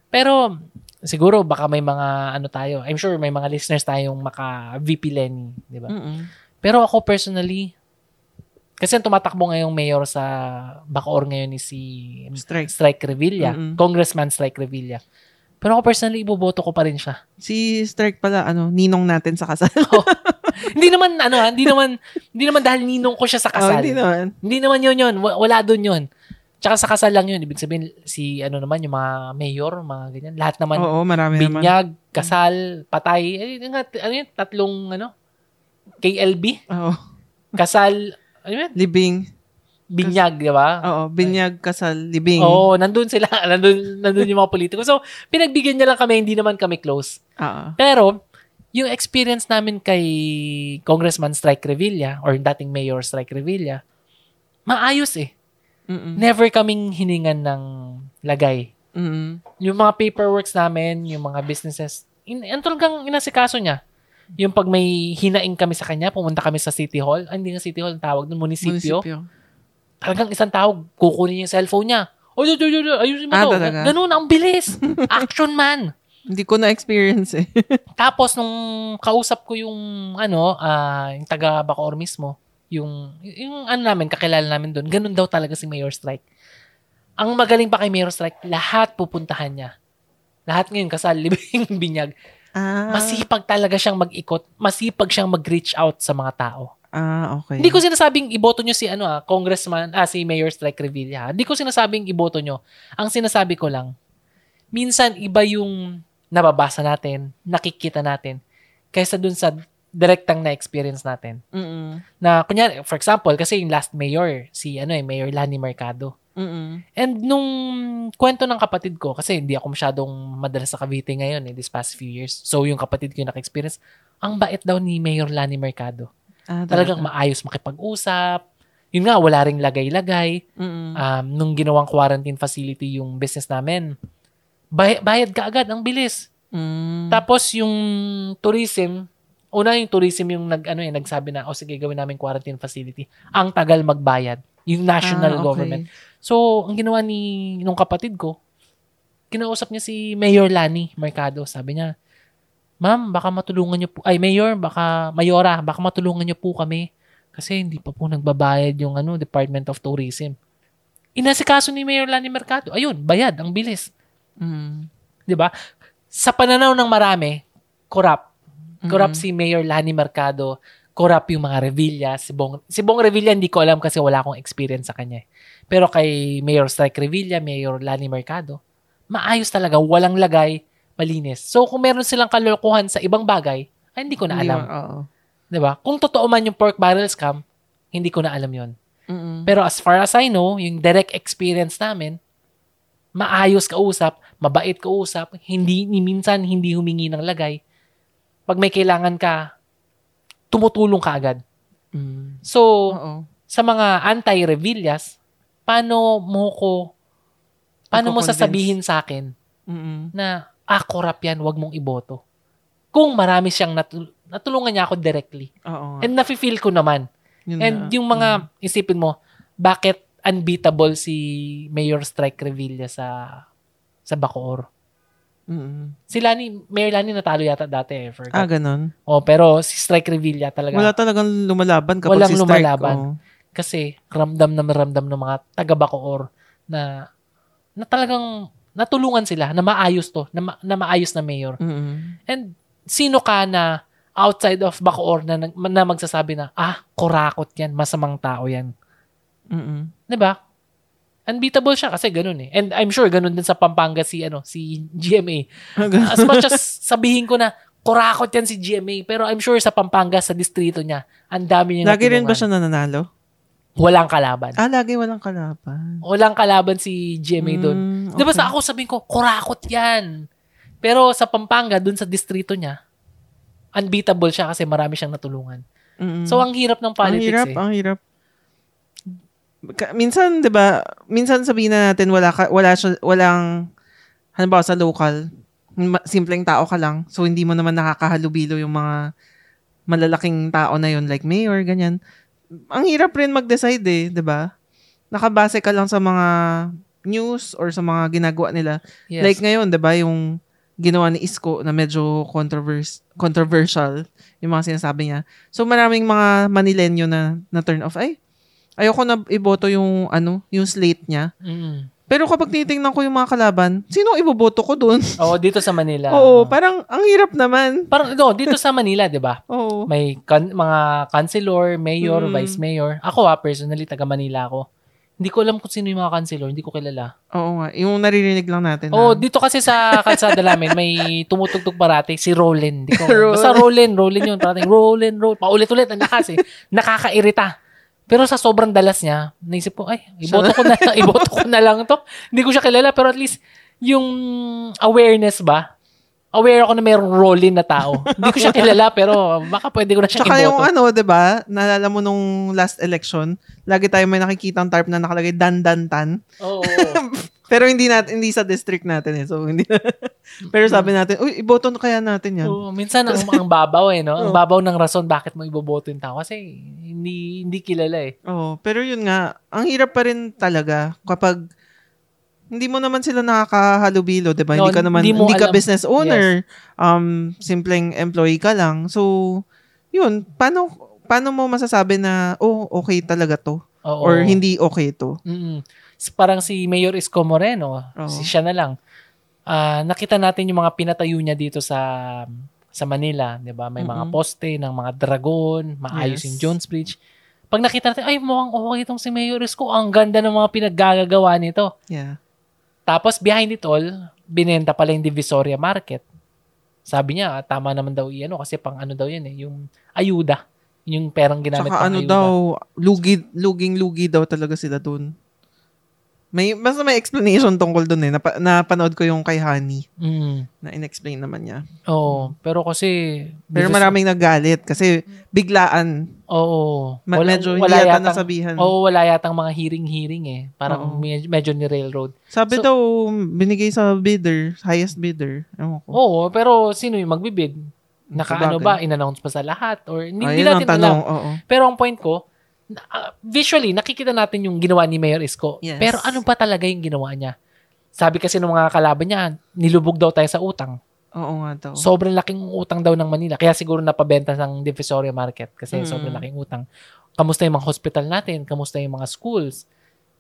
S1: Pero, siguro, baka may mga, ano tayo, I'm sure may mga listeners tayong maka-VP Lenny, di ba?
S2: Mm-mm.
S1: Pero ako personally, kasi ang tumatakbo ngayong mayor sa Bacoor ngayon ni si
S2: Strike.
S1: Strike Revilla,
S2: Mm-mm.
S1: Congressman Strike Revilla. Pero ako personally, iboboto ko pa rin siya.
S2: Si Strike pala, ano, ninong natin sa kasal.
S1: hindi naman ano, ah, hindi naman hindi naman dahil ninong ko siya sa
S2: Oh,
S1: kasal. hindi,
S2: hindi
S1: naman.
S2: naman.
S1: yun yun, Wa- wala doon yun. Tsaka sa kasal lang yun, ibig sabihin si ano naman yung mga mayor, mga ganyan, lahat naman
S2: Oo, marami naman.
S1: binyag, kasal, patay, eh, yun nga, t- ano yun, tatlong ano KLB,
S2: Oo.
S1: kasal, ano yun,
S2: Libing.
S1: binyag, di ba?
S2: Oo, binyag, kasal, libing.
S1: Oo, nandun sila, nandun, nandun yung mga politiko. So, pinagbigyan niya lang kami, hindi naman kami close.
S2: Oo.
S1: Pero, yung experience namin kay Congressman Strike Revilla or dating Mayor Strike Revilla, maayos eh.
S2: Mm-mm.
S1: Never kaming hiningan ng lagay.
S2: Mm-mm.
S1: Yung mga paperworks namin, yung mga businesses, in, ang talagang inasikaso niya. Yung pag may hinaing kami sa kanya, pumunta kami sa City Hall. Ah, hindi nga City Hall, ang tawag doon, munisipyo.
S2: Munisipyo.
S1: Talagang isang tawag, kukunin niya yung cellphone niya. O, do, do, do, do, ayusin mo
S2: Ah,
S1: to.
S2: talaga?
S1: Ganun, ang bilis. Action man.
S2: Hindi ko na-experience eh.
S1: Tapos nung kausap ko yung ano, ah, yung taga Bacoor mismo, yung yung ano namin kakilala namin doon, ganun daw talaga si Mayor Strike. ang magaling pa kay Mero Strike, lahat pupuntahan niya. Lahat ngayon, kasali yung binyag.
S2: Ah,
S1: Masipag talaga siyang mag-ikot. Masipag siyang mag-reach out sa mga tao.
S2: ah okay.
S1: Hindi ko sinasabing iboto nyo si ano ah, congressman, ah, si Mayor Strike Revilla. ha. Hindi ko sinasabing iboto nyo. Ang sinasabi ko lang, minsan iba yung nababasa natin, nakikita natin, kaysa dun sa direktang na-experience natin.
S2: Mm-mm.
S1: Na, kunyari, for example, kasi yung last mayor, si ano eh, Mayor Lani Mercado.
S2: Mm-mm.
S1: And nung kwento ng kapatid ko, kasi hindi ako masyadong madalas sa Cavite ngayon eh, this past few years. So yung kapatid ko yung naka-experience, ang bait daw ni Mayor Lani Mercado.
S2: Ah,
S1: Talagang
S2: talaga.
S1: maayos makipag-usap. Yun nga, wala ring lagay-lagay.
S2: Mm-mm.
S1: Um, nung ginawang quarantine facility yung business namin, bay- bayad ka agad, ang bilis.
S2: Mm.
S1: Tapos yung tourism, una yung tourism yung nag, ano eh, nagsabi na, o sige, gawin namin quarantine facility. Ang tagal magbayad. Yung national
S2: Ah, okay.
S1: government. So, ang ginawa ni nung kapatid ko, kinausap niya si Mayor Lani Mercado. Sabi niya, Ma'am, baka matulungan niyo po, ay Mayor, baka, Mayora, baka matulungan niyo po kami. Kasi hindi pa po nagbabayad yung ano, Department of Tourism. Inasikaso ni Mayor Lani Mercado. Ayun, bayad, ang bilis.
S2: Mm.
S1: 'Di ba? Sa pananaw ng marami, corrupt. Corrupt
S2: Mm.
S1: si Mayor Lani Mercado. Corrupt yung mga Revilla. Si Bong, si Bong Revilla, hindi ko alam kasi wala akong experience sa kanya. eh. Pero kay Mayor Strike Revilla, Mayor Lani Mercado, maayos talaga. Walang lagay, malinis. So, kung meron silang kalokohan sa ibang bagay, ay hindi ko na
S2: Hindi
S1: alam.
S2: ma- oo.
S1: 'Di ba? Kung totoo man yung pork barrel scam, hindi ko na alam yon.
S2: Mm-mm.
S1: Pero as far as I know, yung direct experience namin, maayos kausap, mabait kausap, hindi ni minsan hindi humingi ng lagay. Pag may kailangan ka, tumutulong ka agad.
S2: Mm.
S1: So,
S2: Oo.
S1: sa mga anti-revillas, paano mo ko paano mo
S2: Ako-convince.
S1: sasabihin sa akin
S2: Mm-mm.
S1: na ah, corrupt yan, wag mong iboto. Kung marami siyang natul- natulungan niya ako directly.
S2: Oo nga.
S1: And nafe-feel ko naman
S2: Yun
S1: And
S2: na. mm.
S1: yung mga, isipin mo, bakit unbeatable si Mayor Strike Revilla sa sa Bacoor?
S2: Mm-mm.
S1: Si Lani, Mayor Lani natalo yata dati eh. Forgot.
S2: Ah, ganun.
S1: oh, pero si Strike Revilla talaga.
S2: Wala talagang lumalaban kapag
S1: Walang
S2: si oh. strike.
S1: lumalaban.
S2: oo.
S1: Kasi ramdam na ramdam ng mga taga Bacoor na, na talagang natulungan sila na maayos to, na, ma- na maayos na mayor.
S2: Mm-mm.
S1: And sino ka na outside of Bacoor na, nag- na magsasabi na, ah, kurakot yan, masamang tao yan.
S2: Mm-mm.
S1: 'di ba? Unbeatable siya kasi ganun eh. And I'm sure ganun din sa Pampanga si ano, si GMA.
S2: Ah, ganun.
S1: As much as sabihin ko na kurakot yan si GMA, pero I'm sure sa Pampanga sa distrito niya, ang dami niya
S2: Lagi rin ba siya nananalo?
S1: Walang kalaban.
S2: Ah, lagi walang kalaban.
S1: Walang kalaban si GMA doon.
S2: Mm,
S1: 'Di ba
S2: okay.
S1: sa ako sabihin ko kurakot 'yan. Pero sa Pampanga doon sa distrito niya, unbeatable siya kasi marami siyang natulungan.
S2: Mm-mm.
S1: So ang hirap ng
S2: Mm. Ang
S1: politics
S2: hirap, ah.
S1: eh.
S2: ang hirap. Ka- Minsan, 'di ba? Minsan sabihin na natin wala ka, wala siya, walang halimbawa sa local, ma- simpleng tao ka lang. So hindi mo naman nakakahalubilo yung mga malalaking tao na yon like mayor ganyan. Ang hirap rin mag-decide eh, 'di ba? Nakabase ka lang sa mga news or sa mga ginagawa nila.
S1: Yes.
S2: Like ngayon, 'di ba, yung ginawa ni Isko na medyo controvers- controversial yung mga sinasabi niya. So maraming mga Manilenyo na na turn off ay ayoko na iboto yung ano, yung slate niya.
S1: Mm.
S2: Pero kapag tinitingnan ko yung mga kalaban, sino ang iboboto ko doon?
S1: Oo, dito sa Manila. Mm.
S2: Oo, parang ang hirap naman.
S1: Parang no, dito sa Manila, 'di ba?
S2: Oo.
S1: may kan- mga councilor, mayor,
S2: Mm.
S1: vice mayor. Ako ha, personally, taga Manila ako. Hindi ko alam kung sino yung mga councilor, hindi ko kilala.
S2: Oo nga, yung naririnig lang natin.
S1: Oh,
S2: na-
S1: dito kasi sa kalsada namin, may tumutugtog parati, si Roland. Hindi ko,
S2: Roland.
S1: basta Roland, Roland yun. Parating Roland, Roland. Paulit-ulit ang lakas eh. Nakakairita. Pero sa sobrang dalas niya, naisip ko, ay, iboto ko na, iboto ko na lang to. Hindi ko siya kilala, pero at least, yung awareness ba, aware ako na mayroong Roland na tao. hindi ko siya kilala, pero baka pwede ko na siya
S2: Tsaka yung
S1: iboto.
S2: ano, 'di ba? Naalala mo nung last election, lagi tayo may nakikita ang tarp na nakalagay dan-dan-tan.
S1: Oo. oo.
S2: Pero hindi natin hindi sa district natin eh. So hindi Pero sabi natin, uy, iboto na kaya natin 'yan.
S1: Mm. Oo, minsan ang, ang babaw eh, no? Ang
S2: Oo.
S1: babaw ng rason bakit mo iboboto yung tao kasi hindi hindi kilala eh.
S2: Oh, pero yun nga, ang hirap pa rin talaga kapag hindi mo naman sila nakakahalubilo, 'di ba?
S1: No,
S2: hindi ka naman
S1: hindi mo
S2: hindi, ka
S1: alam.
S2: business owner, um simpleng employee ka lang. So, yun, paano paano mo masasabi na oh, okay talaga 'to?
S1: Oo.
S2: Or hindi okay to.
S1: Mm. S- Parang si Mayor Isko Moreno,
S2: Oo.
S1: si siya na lang. Ah, nakita natin yung mga pinatayo niya dito sa sa Manila, 'di ba? May mga
S2: Mm-mm.
S1: poste ng mga dragon, maayos
S2: Yes.
S1: yung Jones Bridge. Pag nakita natin, ay mukhang okay itong si Mayor Isko. Ang ganda ng mga pinaggagawa nito.
S2: Yeah.
S1: Tapos behind it all, binenta pala yung Divisoria Market. Sabi niya, ah, tama naman daw iyan, kasi pang ano daw 'yan eh, yung ayuda, yung perang ginamit
S2: Saka
S1: pang
S2: ano
S1: ayuda.
S2: daw, lugi, luging-lugi daw talaga sila dun. May, basta may explanation tungkol dun eh. Napa, napanood ko yung kay Honey
S1: Mm.
S2: na inexplain naman niya.
S1: Oo, pero kasi
S2: Pero
S1: Divisa-
S2: maraming nagalit kasi biglaan.
S1: Oo.
S2: Ma-
S1: Walang- Oh,
S2: medyo hindi yata
S1: yatang-
S2: nasabihan.
S1: Oo, wala yatang mga hearing-hearing eh. Parang
S2: Oo.
S1: med- medyo ni railroad.
S2: Sabi
S1: So-
S2: daw, binigay sa bidder, highest bidder. Ewan ko.
S1: Oo, pero sino yung magbibid? Nakaano ba?
S2: Sabagay.
S1: In-announce pa sa lahat? Or hindi,
S2: Ayun
S1: hindi natin
S2: ang tanong.
S1: alam.
S2: Oo.
S1: Pero ang point ko, na- ah, visually, nakikita natin yung ginawa ni Mayor Isko.
S2: Yes.
S1: Pero ano ba talaga yung ginawa niya? Sabi kasi ng mga kalaban niya, nilubog daw tayo sa utang.
S2: Oo nga daw.
S1: Sobrang laking utang daw ng Manila. Kaya siguro napabenta ng Divisoria Market kasi
S2: Mm.
S1: sobrang laking utang. Kamusta yung mga hospital natin? Kamusta yung mga schools?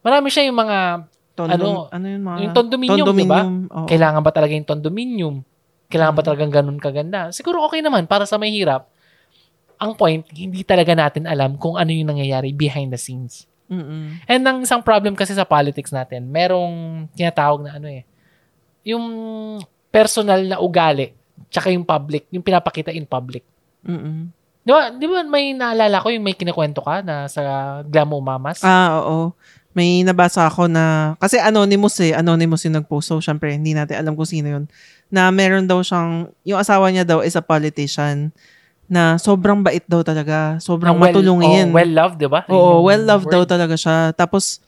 S1: Marami siya yung mga
S2: Tondom- ano yun mga?
S1: yung Tondominium,
S2: Oo.
S1: kailangan ba talaga yung condominium? Kailangan ba
S2: Mm.
S1: talagang ganun kaganda? Siguro okay naman para sa may hirap. Ang point, hindi talaga natin alam kung ano yung nangyayari behind the scenes.
S2: Mm-mm.
S1: And ang isang problem kasi sa politics natin, merong tinatawag na ano eh, yung personal na ugali, tsaka yung public, yung pinapakita in public.
S2: Mm-mm.
S1: Di ba, di ba may naalala ko yung may kinakwento ka na sa Glamo Mamas?
S2: Ah, oo. May nabasa ako na, kasi anonymous eh, anonymous yung nag-post. So, syempre, hindi natin alam kung sino yun. Na meron daw siyang, yung asawa niya daw is a politician na sobrang bait daw talaga.
S1: Na
S2: Sobrang
S1: well-
S2: matulungin.
S1: oh, well-loved, di ba? Yun
S2: Oo,
S1: yung
S2: well-loved daw
S1: word.
S2: talaga siya. Tapos,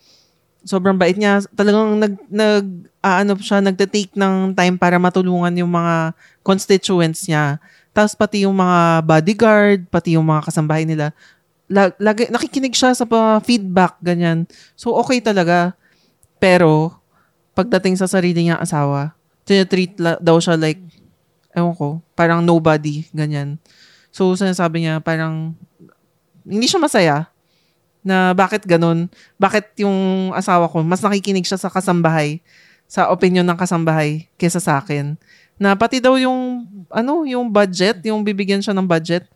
S2: sobrang bait niya. Talagang nag, nag aano siya, nagtatake ng time para matulungan yung mga constituents niya. Tapos, pati yung mga bodyguard, pati yung mga kasambahay nila. Lag, lagi, nakikinig siya sa mga feedback, ganyan. So, okay talaga. Pero, pagdating sa sarili niya asawa, tinatreat la, daw siya like, ewan ko, parang nobody, ganyan. So, sinasabi niya, parang, hindi siya masaya na bakit ganun? Bakit yung asawa ko, mas nakikinig siya sa kasambahay, sa opinion ng kasambahay kesa sa akin. Na pati daw yung, ano, yung budget, yung bibigyan siya ng budget,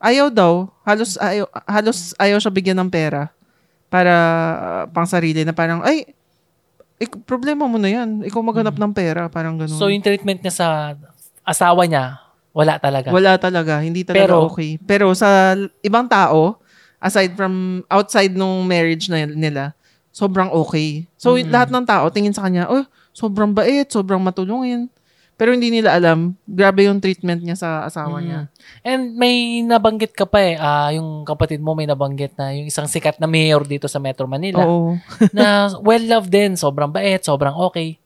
S2: ayaw daw, halos ayaw, halos ayaw siya bigyan ng pera para uh, pang sarili na parang, ay, ik- problema mo na yan. Ikaw maghanap ng pera. Parang ganun.
S1: So yung treatment niya sa asawa niya, wala talaga.
S2: Wala talaga. Hindi talaga
S1: Pero-
S2: okay. Pero sa l- ibang tao, aside from outside nung marriage na nila, sobrang okay. So, y-
S1: Mm.
S2: lahat ng tao tingin sa kanya, oh, sobrang bait, sobrang matulungin. Pero hindi nila alam, grabe yung treatment niya sa asawa
S1: Mm.
S2: niya.
S1: And may nabanggit ka pa eh, ah, yung kapatid mo may nabanggit na yung isang sikat na mayor dito sa Metro Manila
S2: Oo.
S1: na well-loved din, sobrang bait, sobrang okay.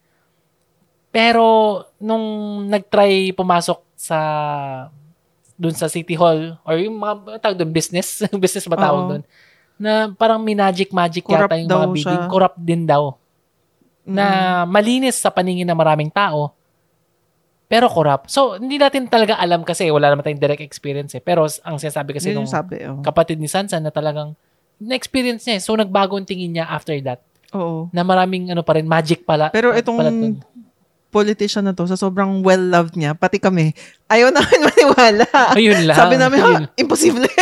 S1: Pero nung nag-try pumasok sa dun sa City Hall or yung mga tawag doon business, business ba tawag
S2: Oo.
S1: doon? Na parang minagic magic
S2: Corrupt
S1: yata yung mga
S2: daw
S1: bidding.
S2: siya.
S1: Corrupt din daw. na
S2: Mm.
S1: malinis sa paningin ng maraming tao, pero corrupt. So, hindi natin talaga alam kasi wala naman tayong direct experience eh. Pero s- ang sinasabi kasi
S2: kasi
S1: nung
S2: yung sabi. oh. Oo.
S1: kapatid ni Sansan na talagang na-experience niya eh. So, nagbago ang tingin niya after that.
S2: Oo.
S1: Na maraming ano pa rin, magic pala.
S2: Pero
S1: pa-
S2: itong
S1: pala dun.
S2: politician na to, sa sobrang well-loved niya, pati kami, ayaw namin maniwala.
S1: Ayun Oh, lang.
S2: Sabi namin, "Ha,
S1: Ayun.
S2: imposible.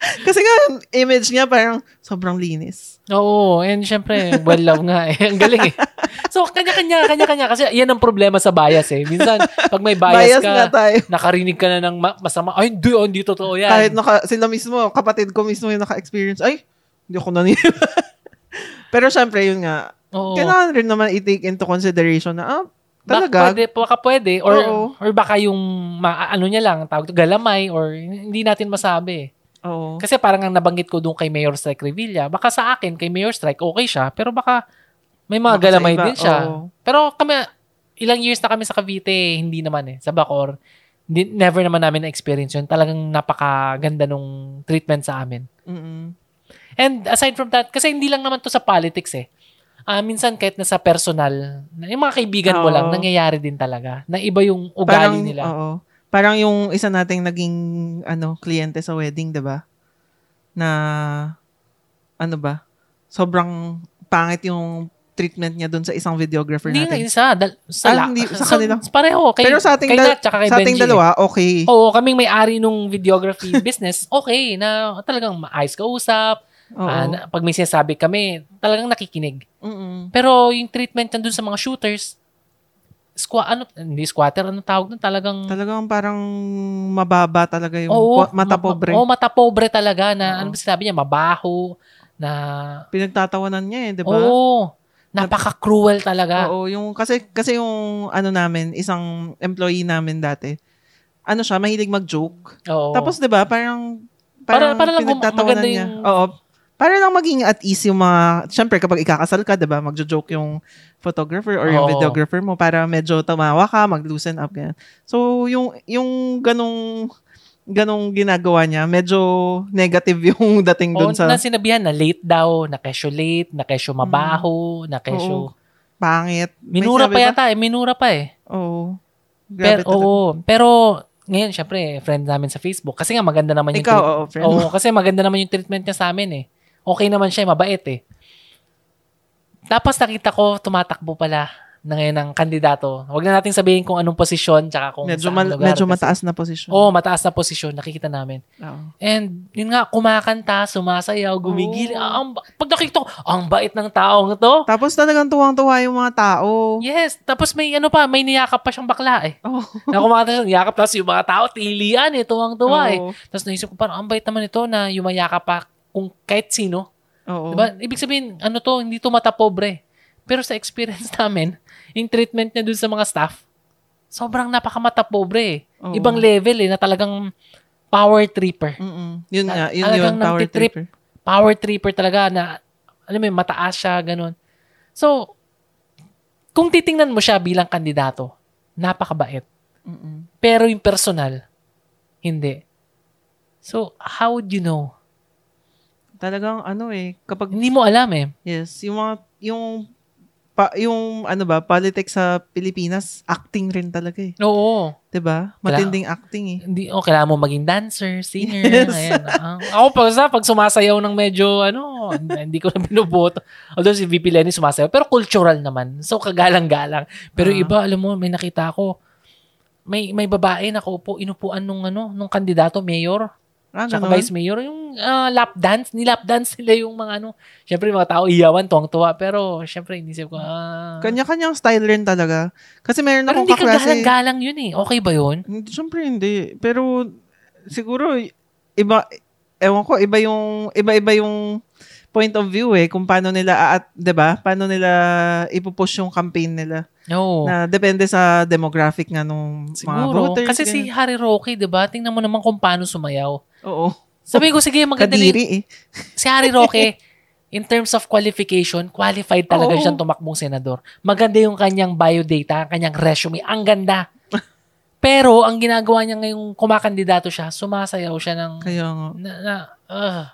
S2: Kasi nga, image niya parang sobrang linis.
S1: Oo, and syempre, well love nga eh. Ang galing eh. So, kanya-kanya, kanya-kanya. Kasi yan ang problema sa bias eh. Minsan, pag may bias,
S2: Bias,
S1: ka,
S2: nga tayo.
S1: nakarinig ka na ng ma- masama, ay, hindi, oh, hindi totoo yan.
S2: Kahit naka, sila mismo, kapatid ko mismo yung naka-experience, ay, hindi ako naniniwala. Pero syempre, yun nga,
S1: Oo.
S2: kailangan rin naman i-take into consideration na, ah,
S1: Baka
S2: talaga,
S1: pwede, baka pwede. Or,
S2: Oo.
S1: or baka yung, ma, ano niya lang, tawag to, galamay, or hindi natin masabi.
S2: oo.
S1: Kasi parang ang nabanggit ko doon kay Mayor Strike Revilla, baka sa akin, kay Mayor Strike, okay siya, pero baka may mga
S2: Baka sa
S1: galamay
S2: iba,
S1: din siya.
S2: oo.
S1: Pero kami, ilang years na kami sa Cavite, hindi naman eh, sa Bacor. Hindi- never naman namin na-experience yun. Talagang napakaganda nung treatment sa amin.
S2: Mm-mm.
S1: And aside from that, kasi hindi lang naman to sa politics eh. Ah, minsan kahit na sa personal, na- yung mga kaibigan mo
S2: Oo.
S1: lang, nangyayari din talaga. Na iba yung ugali
S2: Parang, oh,
S1: nila.
S2: oo. Parang yung isa nating naging, ano, kliyente sa wedding, 'di ba Na, ano ba? sobrang pangit yung treatment niya doon sa isang videographer
S1: Hindi nga
S2: natin.
S1: isa. Dal- sa,
S2: Ah,
S1: la-
S2: hindi, sa
S1: sa-
S2: kanila.
S1: Pareho. Kay,
S2: Pero sa ating,
S1: kay
S2: dal-
S1: Nat tsaka kay
S2: sa ating
S1: Benji, Oh,
S2: dalawa, okay.
S1: Oo, kaming may-ari nung videography business, okay, na talagang maayos kausap.
S2: Oo.
S1: ah, na, pag may sinasabi kami, talagang nakikinig.
S2: Mm-mm.
S1: Pero yung treatment nandun sa mga shooters, squa ano, hindi squatter, ano tawag nun? Talagang,
S2: Talagang parang mababa talaga yung
S1: oo,
S2: po- mata
S1: ma-
S2: pobre.
S1: Oo, mata pobre talaga na, ano
S2: Oo.
S1: ba sinabi niya, mabaho, na,
S2: Pinagtatawanan niya eh, di ba?
S1: oo, napaka-cruel talaga.
S2: Oo, yung kasi kasi yung ano namin, isang employee namin dati. Ano siya, mahilig mag-joke.
S1: Oo.
S2: Tapos 'di ba, parang
S1: Para-
S2: parang
S1: para lang
S2: pinagtatawanan
S1: maganda
S2: niya.
S1: yung-
S2: Oo. Para lang maging at ease yung mga syempre kapag ikakasal ka, 'di ba, magjo-joke yung photographer or yung
S1: Oo.
S2: videographer mo para medyo tumawa ka, mag-loosen up ganyan. So yung yung ganong ganong ginagawa niya, medyo negative yung dating
S1: Oo,
S2: doon sa
S1: na sinabihan na late daw, na kesyo late, na kesyo mabaho, na kesyo...
S2: pangit. May
S1: Minura
S2: sabi
S1: pa
S2: ba?
S1: yata eh, minura pa eh.
S2: Oo.
S1: Pero,
S2: Grabe talaga.
S1: oo, pero ngayon, syempre, friend namin sa Facebook. Kasi nga maganda naman yung
S2: Ikaw,
S1: treat-
S2: oo, friend.
S1: Oo, kasi maganda naman yung treatment niya sa amin eh. Okay naman siya, eh, mabait eh. Tapos nakita ko, tumatakbo pala na ngayon ang kandidato. Huwag na natin sabihin kung anong posisyon tsaka kung
S2: medyo,
S1: saan
S2: mal-
S1: lugar.
S2: medyo
S1: kasi-
S2: mataas na posisyon.
S1: Oo, mataas na posisyon. Nakikita namin.
S2: Oo.
S1: And yun nga, kumakanta, sumasayaw, gumigil.
S2: Oo.
S1: Ah, ang, ba- pag nakita ko, ang bait ng taong to.
S2: Tapos talagang tuwang-tuwa yung mga tao.
S1: Yes, tapos may ano pa, may niyakap pa siyang bakla eh.
S2: Oo.
S1: na kumakanta siya, niyakap. Tapos yung mga tao, tilian eh, tuwang-tuwa eh.
S2: Oo.
S1: Tapos naisip ko, parang ang bait naman ito na yumayaka pa kung kahit sino.
S2: Oo.
S1: Diba? Ibig sabihin, ano to, hindi to mata pobre. Pero sa experience namin, yung treatment niya dun sa mga staff, sobrang napakamata pobre eh.
S2: Oo.
S1: Ibang level eh, na talagang power tripper.
S2: Mm-mm. Yun
S1: Ta-
S2: nga, yun
S1: talagang
S2: yun, power
S1: nagtitrip.
S2: tripper.
S1: Power tripper talaga na, alam mo yun, mataas siya, ganun. So, kung titingnan mo siya bilang kandidato, napakabait.
S2: Mm-mm.
S1: Pero yung personal, hindi. So, how would you know?
S2: Talagang ano eh, kapag,
S1: Hindi mo alam eh.
S2: yes, yung mga, yung, pa, yung ano ba, politics sa Pilipinas, acting rin talaga eh.
S1: Oo.
S2: 'Di ba? Matinding acting eh.
S1: Hindi, oh, kailangan mo maging dancer, singer.
S2: Yes.
S1: Ayan. Ah, ako pag sa pag sumasayaw ng medyo ano, hindi ko na binuboto. Although si VP Lenny sumasayaw, pero cultural naman. So kagalang-galang. Pero
S2: Ah.
S1: iba, alam mo, may nakita ako. May may babae na kaupo, inupuan nung ano, nung kandidato mayor,
S2: Ah,
S1: tsaka
S2: ganun.
S1: vice mayor, yung ah, lap dance, nilap dance nila yung mga ano. Syempre mga tao iyawan, tuwang-tuwa, pero syempre inisip ko, ah.
S2: Kanya-kanyang style rin talaga. Kasi meron
S1: pero
S2: akong
S1: hindi
S2: kaklase.
S1: kagalang-galang yun eh. Okay ba yun?
S2: Hindi, syempre hindi. Pero siguro iba ewan ko iba yung iba-iba yung point of view eh kung paano nila at 'di ba? Paano nila ipupush yung campaign nila
S1: No.
S2: na depende sa demographic nga nung mga
S1: Siguro.
S2: voters.
S1: Kasi si
S2: ganun.
S1: Harry Roque, di ba? Tingnan mo naman kung paano sumayaw.
S2: oo,
S1: Sabi ko, sige, maganda na yun.
S2: kadiri eh.
S1: Si Harry Roque, in terms of qualification, qualified talaga
S2: Oo.
S1: siyang tumakbong senador. Maganda yung kanyang biodata, ang kanyang resume. Ang ganda. Pero, ang ginagawa niya ngayong kumakandidato siya, sumasayaw siya ng...
S2: Kaya nga.
S1: Na, na, ah,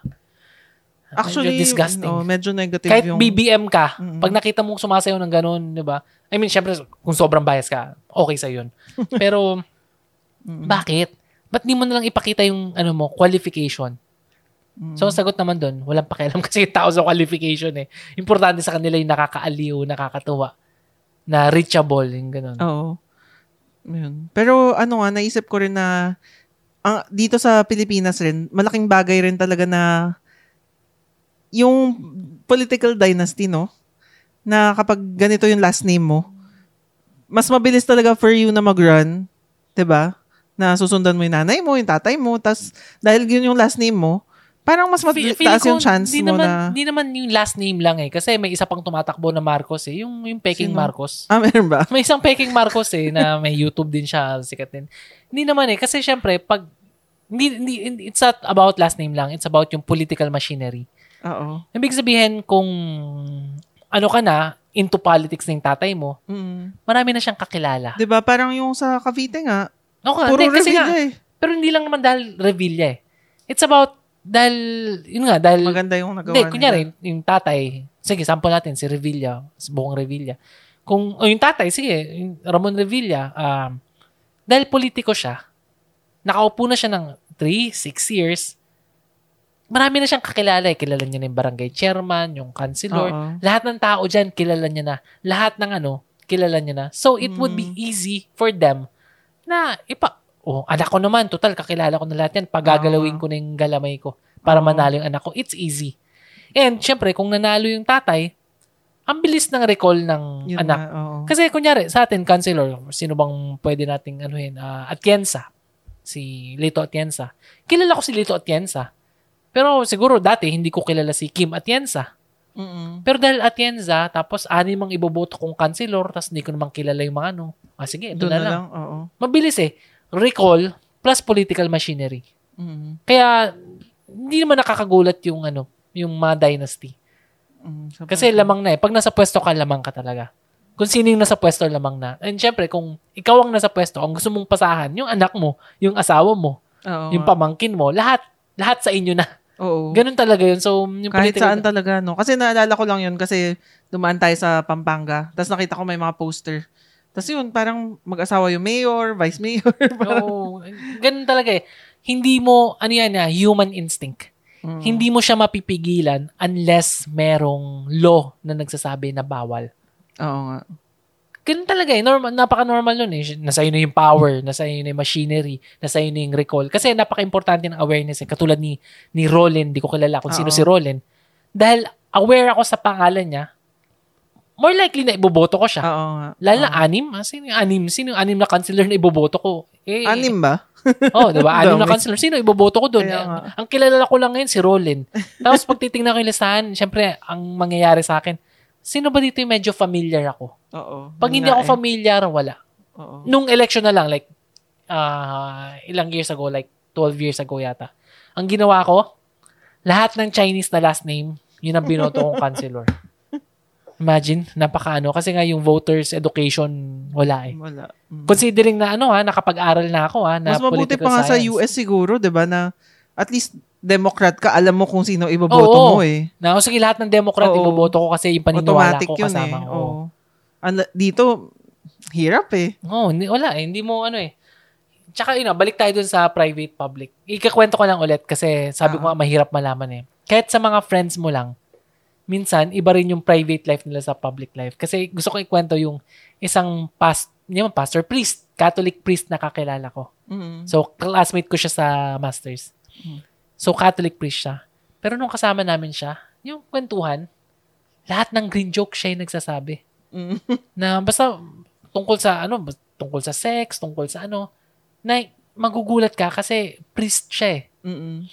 S2: Actually,
S1: medyo disgusting.
S2: oo, medyo negative
S1: Kahit
S2: yung
S1: BBM ka,
S2: Mm.
S1: pag nakita mong sumasayaw ng ganun, di ba? I mean, syempre, kung sobrang bias ka, okay sa'yo yun. Pero,
S2: Mm,
S1: bakit? Ba't di mo nalang ipakita yung ano mo, qualification?
S2: mm.
S1: So, ang sagot naman doon, walang pakialam kasi yung tao sa qualification eh. Importante sa kanila yung nakakaaliw, nakakatuwa, na reachable, yung ganun.
S2: Oo. Yun. Pero ano nga, naisip ko rin na ang, dito sa Pilipinas rin, malaking bagay rin talaga na yung political dynasty, no? Na kapag ganito yung last name mo, mas mabilis talaga for you na mag-run, 'di ba? Na susundan mo yung nanay mo, yung tatay mo, tas dahil yun yung last name mo, parang mas
S1: Fe-
S2: mataas
S1: feeling ko,
S2: yung chance
S1: di
S2: mo
S1: naman,
S2: na...
S1: Di naman yung last name lang eh. Kasi may isa pang tumatakbo na Marcos eh. Yung, yung Peking
S2: Sino?
S1: Marcos.
S2: Ah, meron ba?
S1: May isang Peking Marcos eh, na may YouTube din siya, sikat din. Hindi naman eh. Kasi syempre, pag, hindi, hindi, hindi- it's not about last name lang. It's about yung political machinery.
S2: Oo.
S1: Ibig sabihin kung ano ka na, into politics ng tatay mo,
S2: Mm.
S1: marami na siyang kakilala.
S2: 'Di ba? Parang yung sa Cavite nga,
S1: Oo nga,
S2: puro
S1: Ah, hindi, kasi
S2: reveal
S1: nga,
S2: eh.
S1: pero hindi lang naman dahil Revilla eh. It's about, dahil, yun nga, dahil,
S2: Maganda yung nagawa
S1: hindi,
S2: nila.
S1: kunyari, yung tatay, sige, sample natin, si Revilla, si buong Revilla. Kung, o yung tatay, sige, yung Ramon Revilla, um, dahil politiko siya, nakaupo na siya ng 3, 6 years, marami na siyang kakilala eh. Kilala niya na yung barangay chairman, yung councilor.
S2: Oo.
S1: Lahat ng tao dyan, kilala niya na. Lahat ng ano, kilala niya na. So, it would
S2: Mm.
S1: be easy for them na ipa... Oh, anak ko naman, total, kakilala ko na lahat yan. Pagagalawin
S2: Oo.
S1: ko na yung galamay ko para
S2: Oo.
S1: manalo yung anak ko. It's easy. And, syempre, kung nanalo yung tatay, ang bilis ng recall ng
S2: Yun
S1: anak.
S2: nga, oo.
S1: Kasi kunyari, sa atin, counselor, sino bang pwede nating anuhin? Ah, Atienza. Si Lito Atienza. Kilala ko si Lito Atienza. Pero siguro dati, hindi ko kilala si Kim Atienza.
S2: Mm-mm.
S1: Pero dahil Atienza, tapos anim ang iboboto kong counselor, tapos hindi ko namang kilala yung mga ano. Ah, sige, ito
S2: Doon
S1: na,
S2: na
S1: lang.
S2: lang. Oo.
S1: Mabilis eh. Recall plus political machinery.
S2: Mm-mm.
S1: Kaya, hindi naman nakakagulat yung ano, yung mga dynasty.
S2: Mm, sa
S1: Kasi
S2: bagay.
S1: lamang na eh. Pag nasa pwesto ka, lamang ka talaga. Kung sino yung nasa pwesto, lamang na. And syempre, kung ikaw ang nasa pwesto, ang gusto mong pasahan, yung anak mo, yung asawa mo,
S2: Oo
S1: yung
S2: nga.
S1: pamangkin mo, lahat, lahat sa inyo na.
S2: Oo.
S1: Ganun talaga yun. So, yung
S2: Kahit saan
S1: political-
S2: talaga, no? Kasi naalala ko lang yun kasi dumaan tayo sa Pampanga. Tapos nakita ko may mga poster. Tapos yun, parang mag-asawa yung mayor, vice mayor. parang,
S1: Oo. ganun talaga eh. Hindi mo, ano yan ah, human instinct.
S2: Mm.
S1: Hindi mo siya mapipigilan unless merong law na nagsasabi na bawal.
S2: Oo nga.
S1: Ganun talaga eh. Normal, napaka-normal nun eh. Nasa na yung power, nasa na yung machinery, nasa na yung recall. Kasi napaka-importante ng awareness eh. Katulad ni, ni Roland, di ko kilala kung sino
S2: Oo.
S1: si Roland. Dahil aware ako sa pangalan niya, more likely na iboboto ko siya.
S2: Oo nga.
S1: Lalo na anim. Ah, sino yung anim? Sino yung anim na counselor na iboboto ko? Eh,
S2: Anim ba?
S1: Oo, oh, diba? Anim na
S2: Dami.
S1: counselor. Sino iboboto ko doon? Eh,
S2: Kaya nga.
S1: ang kilala ko lang ngayon si Roland. Tapos pag titingnan ko yung listahan, syempre, ang mangyayari sa akin, sino ba dito yung medyo familiar ako?
S2: Oo.
S1: Pag
S2: yun
S1: hindi
S2: nga
S1: ako
S2: eh.
S1: familiar, wala.
S2: Oo.
S1: Nung election na lang, like, ah, ilang years ago, like 12 years ago yata, ang ginawa ko, lahat ng Chinese na last name, yun ang binoto kong counselor. Imagine, napakaano. Kasi nga yung voters education, wala eh.
S2: Wala. Mm.
S1: Considering na ano ha, nakapag-aral na ako ha, na
S2: Mas mabuti
S1: political
S2: pa nga sa
S1: science.
S2: US siguro, di ba, na at least Democrat ka, alam mo kung sino iboboto
S1: Oo.
S2: mo eh.
S1: Na, o sige, lahat ng Democrat,
S2: Oo.
S1: iboboto ko kasi yung paniniwala
S2: Automatic
S1: ko
S2: yun eh.
S1: kasama ko.
S2: Oo. Ano- dito, hirap eh.
S1: Oo, hindi, wala eh. Hindi mo ano eh. Tsaka yun, ah, balik tayo dun sa private public. Ikakwento ko lang ulit kasi sabi ko
S2: Ah.
S1: nga mahirap malaman eh. Kahit sa mga friends mo lang, minsan iba rin yung private life nila sa public life. Kasi gusto ko ikwento yung isang past, hindi naman pastor, priest, Catholic priest na kakilala ko.
S2: Mm.
S1: So, classmate ko siya sa masters.
S2: Mm.
S1: So, Catholic priest siya. Pero nung kasama namin siya, yung kwentuhan, lahat ng green joke siya yung nagsasabi
S2: Mm.
S1: na basta tungkol sa ano, bas- tungkol sa sex, tungkol sa ano, na magugulat ka kasi priest siya eh.
S2: Mm.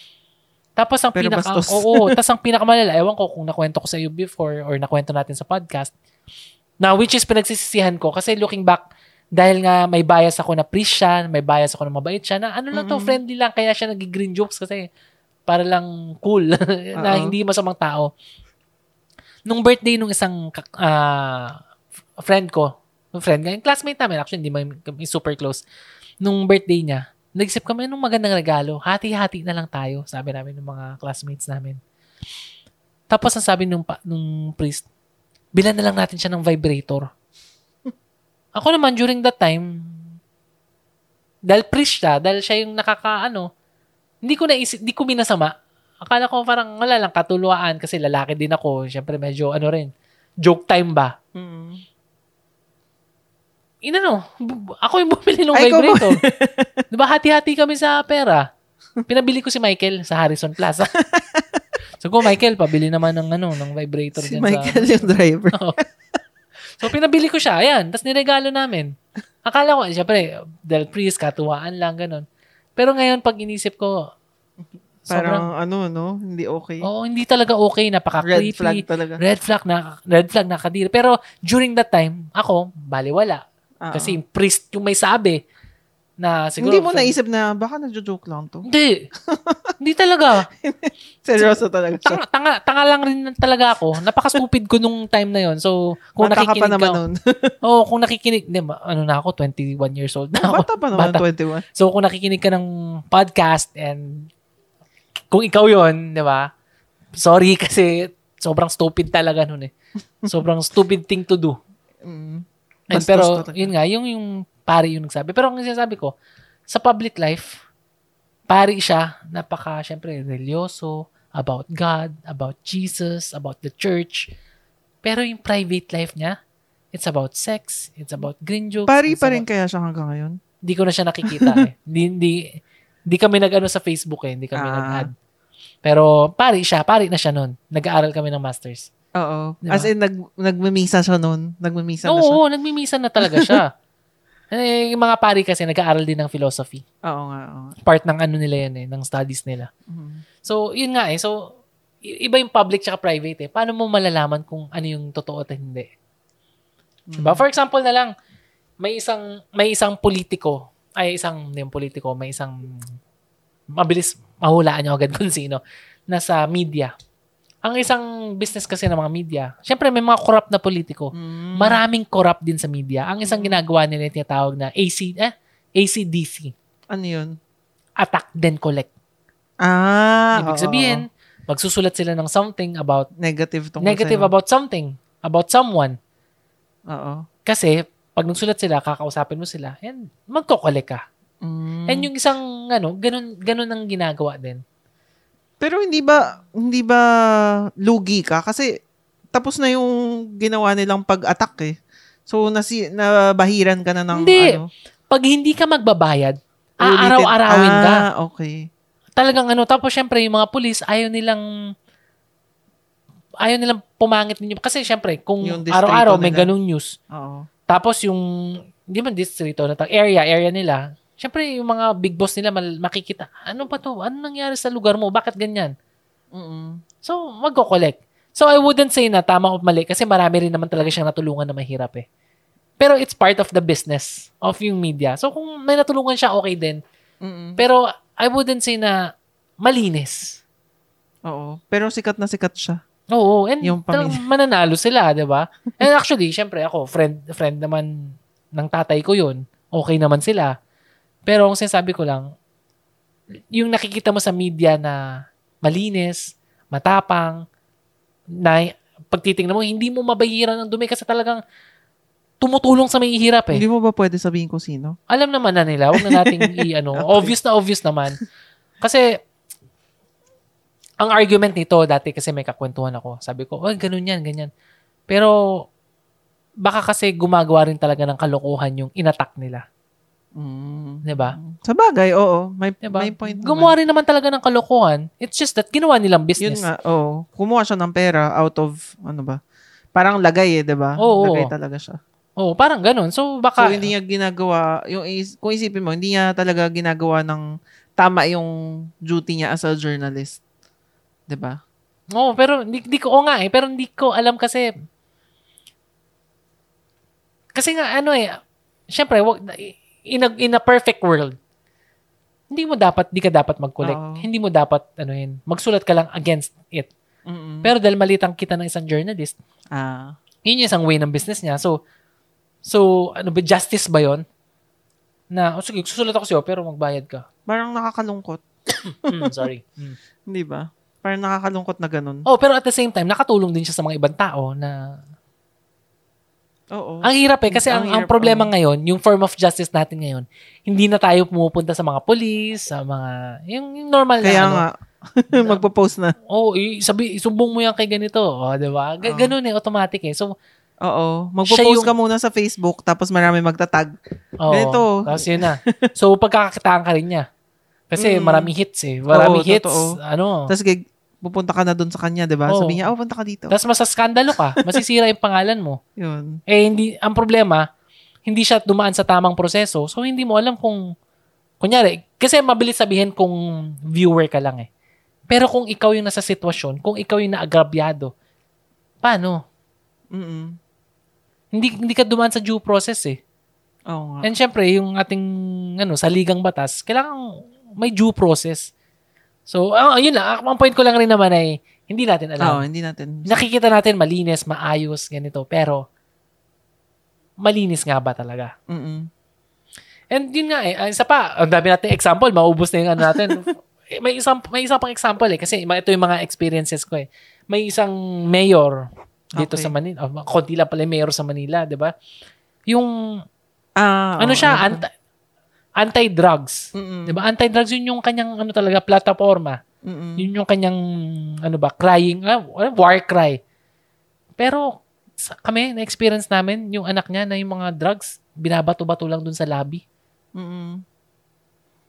S1: Tapos ang
S2: Pero
S1: pinaka
S2: bastos.
S1: oo, tapos ang pinakamalala, ewan ko kung nakwento ko sa iyo before or nakwento natin sa podcast. Na which is pinagsisisihan ko kasi looking back dahil nga may bias ako na priest siya, may bias ako na mabait siya, na ano lang to,
S2: Mm-mm.
S1: friendly lang, kaya siya nag-green jokes kasi para lang cool, na
S2: Oo.
S1: hindi masamang tao. Nung birthday nung isang kak- ah, f- friend ko, friend, ngayon classmate namin, actually hindi man kami super close, nung birthday niya, Nag-isip kami, anong magandang regalo? Hati-hati na lang tayo, sabi namin ng mga classmates namin. Tapos ang sabi nung, pa- nung priest, bilan na lang natin siya ng vibrator. Ako naman, during that time, dahil priest siya, dahil siya yung nakakaano, hindi ko naisip, hindi ko minasama. Akala ko parang wala lang katuluaan kasi lalaki din ako. Siyempre medyo ano rin, joke time ba?
S2: Mm.
S1: inano, bu- bu- ako yung bumili ng
S2: Ay, ikaw
S1: vibrator. Di ba hati-hati kami sa pera? Pinabili ko si Michael sa Harrison Plaza. so ko, Michael, pabili naman ng ano, ng vibrator
S2: Si
S1: dyan
S2: Michael yung driver.
S1: Ah, sa... So pinabili ko siya, ayan. Tapos niregalo namin. Akala ko, eh, syempre, Del Priest, katuwaan lang, ganun. Pero ngayon, pag inisip ko, sobrang, Oh,
S2: Parang ano, no? Hindi okay.
S1: oo, hindi talaga okay,
S2: Red
S1: napaka-creepy.
S2: flag talaga.
S1: Red flag na red flag na kadiri. Pero during that time, ako baliwala
S2: Ah.
S1: kasi yung priest yung may sabi na siguro
S2: hindi mo naisip na baka nagjo-joke lang to.
S1: Hindi. Hindi talaga.
S2: Seryoso talaga siya.
S1: Tanga, tanga, tanga lang rin talaga ako. Napaka-stupid ko nung time na yon. So, kung
S2: Bata ka
S1: nakikinig
S2: pa naman
S1: ka-
S2: nun.
S1: Oo, kung nakikinig, hindi, ma- ano na ako, 21 years old na ako.
S2: Bata pa naman,
S1: Bata.
S2: 21.
S1: So, kung nakikinig ka ng podcast and kung ikaw yon di ba? Sorry kasi sobrang stupid talaga nun eh. Sobrang stupid thing to do.
S2: Mm.
S1: And
S2: Bastos
S1: pero,
S2: talaga.
S1: yun nga, yung, yung pari yung nagsabi. Pero ang sinasabi ko, sa public life, pari siya, napaka, syempre, relyoso, about God, about Jesus, about the church. Pero yung private life niya, it's about sex, it's about green jokes.
S2: Pari
S1: it's
S2: pa rin
S1: about-
S2: kaya siya hanggang ngayon?
S1: Di ko na siya nakikita eh. Di, di, di kami nag-ano sa Facebook eh, hindi kami
S2: Ah.
S1: nag-add. Pero pari siya, pari na siya nun. Nag-aaral kami ng masters.
S2: Oo.
S1: Di ba?
S2: As in, nag, nagmimisa siya noon. Nagmimisa na siya.
S1: Diba? Oo, nagmimisa na talaga siya. eh, yung mga pari kasi nag-aaral din ng philosophy.
S2: Oo nga. Oo. nga.
S1: Part ng ano nila yan eh, ng studies nila.
S2: Mhm.
S1: So, yun nga eh. So, i- iba yung public tsaka private eh. Paano mo malalaman kung ano yung totoo at hindi?
S2: Mm.
S1: Diba? For example na lang, may isang may isang politiko, ay isang hindi yung politiko, may isang mabilis mahulaan niyo agad kung sino na sa media. Ang isang business kasi ng mga media, syempre may mga corrupt na politiko.
S2: Mm.
S1: Maraming corrupt din sa media. Ang isang
S2: Mm.
S1: ginagawa nila yung tinatawag na AC, eh, ACDC,
S2: Ano yun?
S1: Attack Then Collect.
S2: Ah.
S1: Ibig
S2: oo,
S1: sabihin,
S2: oo.
S1: magsusulat sila ng something about,
S2: Negative tungkol
S1: negative
S2: sa'yo.
S1: about something, about someone.
S2: Oo.
S1: Kasi, pag nagsulat sila, kakausapin mo sila, and magkokolek ka.
S2: Mm.
S1: And yung isang, ano, ganun, ganun ang ginagawa din.
S2: Pero hindi ba hindi ba lugi ka kasi tapos na yung ginawa nilang pag-attack eh. So nasi nabahiran ka na ng
S1: Hindi.
S2: ano.
S1: Pag hindi ka magbabayad,
S2: ulitin.
S1: aaraw-arawin ka.
S2: Ah, okay.
S1: Talagang ano, tapos syempre yung mga pulis, ayaw nilang ayaw nilang pumangit ninyo. Kasi syempre, kung
S2: Yung distrito
S1: araw-araw may
S2: nila.
S1: ganung news,
S2: Oo.
S1: Tapos yung, hindi man distrito, na area, area nila, syempre yung mga big boss nila mal- makikita, ano pa to? Ano nangyari sa lugar mo? Bakit ganyan?
S2: Mm-mm.
S1: So, magko-collect. So, I wouldn't say na tama o mali kasi marami rin naman talaga siyang natulungan na mahirap eh. Pero it's part of the business of yung media. So, kung may natulungan siya, okay din.
S2: Mm-mm.
S1: Pero I wouldn't say na malinis.
S2: Oo. Pero sikat na sikat siya.
S1: Oo, and
S2: Yung
S1: talagang mananalo sila, 'di ba? And actually, syempre ako, friend friend naman ng tatay ko 'yun. Okay naman sila. Pero ang sinasabi ko lang, yung nakikita mo sa media na malinis, matapang, na pagtitingnan mo, hindi mo mabayaran ng dumi kasi talagang tumutulong sa may hirap eh
S2: Hindi mo ba pwede sabihin kung sino?
S1: alam naman na nila. Huwag na nating i-ano.
S2: Okay.
S1: Obvious na obvious naman. Kasi, ang argument nito, dati kasi may kakwentuhan ako. Sabi ko, oh, ganun yan, ganyan. Pero, baka kasi gumagawa rin talaga ng kalokohan yung inatak nila.
S2: Mm.
S1: 'Di ba?
S2: Sa bagay, oo. May,
S1: Diba?
S2: may point
S1: Gumawa rin naman talaga ng kalokohan. It's just that ginawa nilang
S2: naman. Yun
S1: business.
S2: nga, oo. Kumuha siya ng pera out of, ano ba? Parang lagay eh, di ba?
S1: Oo,
S2: Lagay
S1: oo.
S2: talaga siya.
S1: Oo, parang ganun. So, baka...
S2: So, hindi niya ginagawa, yung, is- kung isipin mo, hindi niya talaga ginagawa ng tama yung duty niya as a journalist. 'Di ba?
S1: Oo, pero hindi, hindi ko, oo nga eh, pero hindi ko alam kasi, kasi nga ano eh, syempre, wag, in, a, in a perfect world, hindi mo dapat, hindi ka dapat mag-collect.
S2: Oo.
S1: Hindi mo dapat, ano yun, magsulat ka lang against it. Pero dahil maliit ang kita ng isang journalist,
S2: ah,
S1: yun yung isang way ng business niya. So, so ano ba, justice ba yon Na, oh, sige, susulat ako sa'yo, pero magbayad ka.
S2: parang nakakalungkot,
S1: Hmm, sorry. Hmm.
S2: 'di ba? Parang nakakalungkot na ganun.
S1: Oh, pero at the same time, nakatulong din siya sa mga ibang tao na
S2: Oo.
S1: Ang hirap eh kasi ang,
S2: Ang
S1: ang
S2: hirap,
S1: problema
S2: oo.
S1: ngayon, yung form of justice natin ngayon, hindi na tayo pumupunta sa mga police, sa mga yung, yung normal na
S2: Kaya
S1: ano.
S2: nga magpo-post na.
S1: Oh, i- sabi isumbong mo yan kay ganito, oh, 'di ba? Ga-
S2: Oo.
S1: Ganun eh automatic eh. So,
S2: Oo,
S1: Siya
S2: magpo-post
S1: yung-
S2: ka muna sa Facebook tapos marami magtatag.
S1: oh,
S2: Ganito.
S1: Tapos yun na. So pagkakakitaan ka rin niya. Kasi
S2: Mm.
S1: maraming hits eh. Maraming
S2: Oo,
S1: hits.
S2: totoo.
S1: Ano?
S2: Tapos gig- pupunta ka na doon sa kanya, 'di ba?
S1: Oo.
S2: Sabi niya, "Oh, punta ka dito."
S1: Tapos masaskandalo ka. Masisira yung pangalan mo.
S2: 'Yun.
S1: Eh, hindi, ang problema, hindi siya dumaan sa tamang proseso. So, hindi mo alam kung, kunyari, kasi mabilis sabihin kung viewer ka lang eh. Pero kung ikaw yung nasa sitwasyon, kung ikaw yung naagrabyado, paano?
S2: Mm.
S1: Hindi, hindi ka dumaan sa due process eh.
S2: Oo nga.
S1: And syempre, yung ating, ano, sa ligang batas, kailangan may due process. So, ah, yun lang. Ang point ko lang rin naman ay, hindi natin alam.
S2: Oo, hindi natin.
S1: Nakikita natin malinis, maayos, ganito. Pero, malinis nga ba talaga?
S2: Mm.
S1: And yun nga eh, ang isa pa, ang dami natin example, maubos na yung ano natin. Eh, may isang may isang pang example eh kasi ma- ito yung mga experiences ko eh. May isang mayor dito
S2: Okay.
S1: sa Manila, oh, konti lang pala yung mayor sa Manila, 'di ba? Yung
S2: Ah, Mm.
S1: ano
S2: oo,
S1: siya,
S2: alam ko.
S1: anti- anti-drugs.
S2: Mm-mm. Diba?
S1: 'Di ba? Anti-drugs yun yung kanyang ano talaga plataforma.
S2: Mm-mm.
S1: Yun yung kanyang, ano ba, crying, ah, war cry. Pero, sa, kami, na-experience namin, yung anak niya na yung mga drugs, binabato-bato lang dun sa labi.
S2: Mm-mm.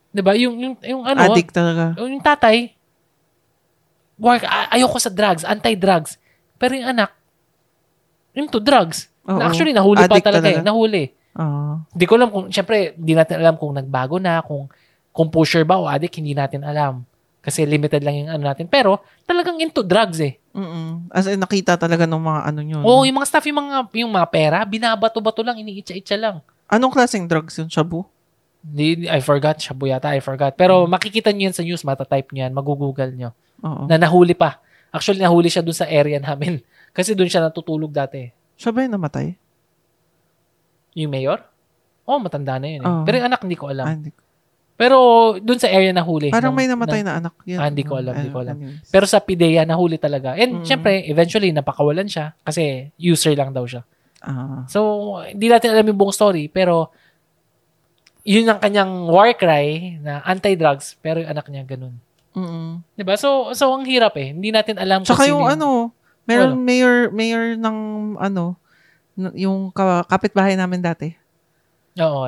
S1: 'Di ba Yung, yung, yung ano,
S2: Addict talaga.
S1: yung tatay, war, a- ayoko sa drugs, anti-drugs. Pero yung anak, into drugs.
S2: Oo.
S1: Na actually, nahuli pa
S2: Addict
S1: talaga, eh.
S2: talaga.
S1: Nahuli.
S2: Oo.
S1: Hindi ko alam kung, syempre, hindi natin alam kung nagbago na, kung, kung pusher ba o addict, hindi natin alam. Kasi limited lang yung ano natin. Pero, talagang into drugs eh.
S2: Mm-mm. As in, nakita talaga ng mga ano yun.
S1: Oo, yung mga staff, yung mga, yung mga pera, binabato-bato lang, iniitsa-itsa lang.
S2: Anong klaseng drugs yun? Shabu?
S1: Hindi, I forgot, shabu yata, I forgot. Pero
S2: Hmm.
S1: makikita nyo yan sa news, matatype nyo yan, magugoogle nyo.
S2: Oo.
S1: Na nahuli pa. Actually, nahuli siya dun sa area namin. Kasi dun siya natutulog dati.
S2: Siya ba yung namatay?
S1: Yung mayor? Oo, matanda na yun eh.
S2: Oo.
S1: Pero yung anak, hindi ko
S2: Ah,
S1: alam.
S2: hindi ko.
S1: Pero dun sa area nahuli.
S2: Parang
S1: ng-
S2: may
S1: ng-
S2: namatay na anak. Yan.
S1: Eh, Ah, hindi ko alam, hindi ko alam.
S2: Anyways.
S1: Pero sa PIDEA, nahuli talaga. And
S2: Mm.
S1: syempre, eventually, napakawalan siya kasi user lang daw siya.
S2: Ah.
S1: So, hindi natin alam yung buong story, pero yun ang kanyang war cry na anti-drugs, pero yung anak niya ganun.
S2: Mm-mm.
S1: 'Di ba So, so ang hirap eh. Hindi natin alam kung
S2: Tsaka
S1: sino
S2: yung
S1: yung-
S2: ano, meron mayor mayor ng ano, n- yung ka- kapitbahay namin dati. ano,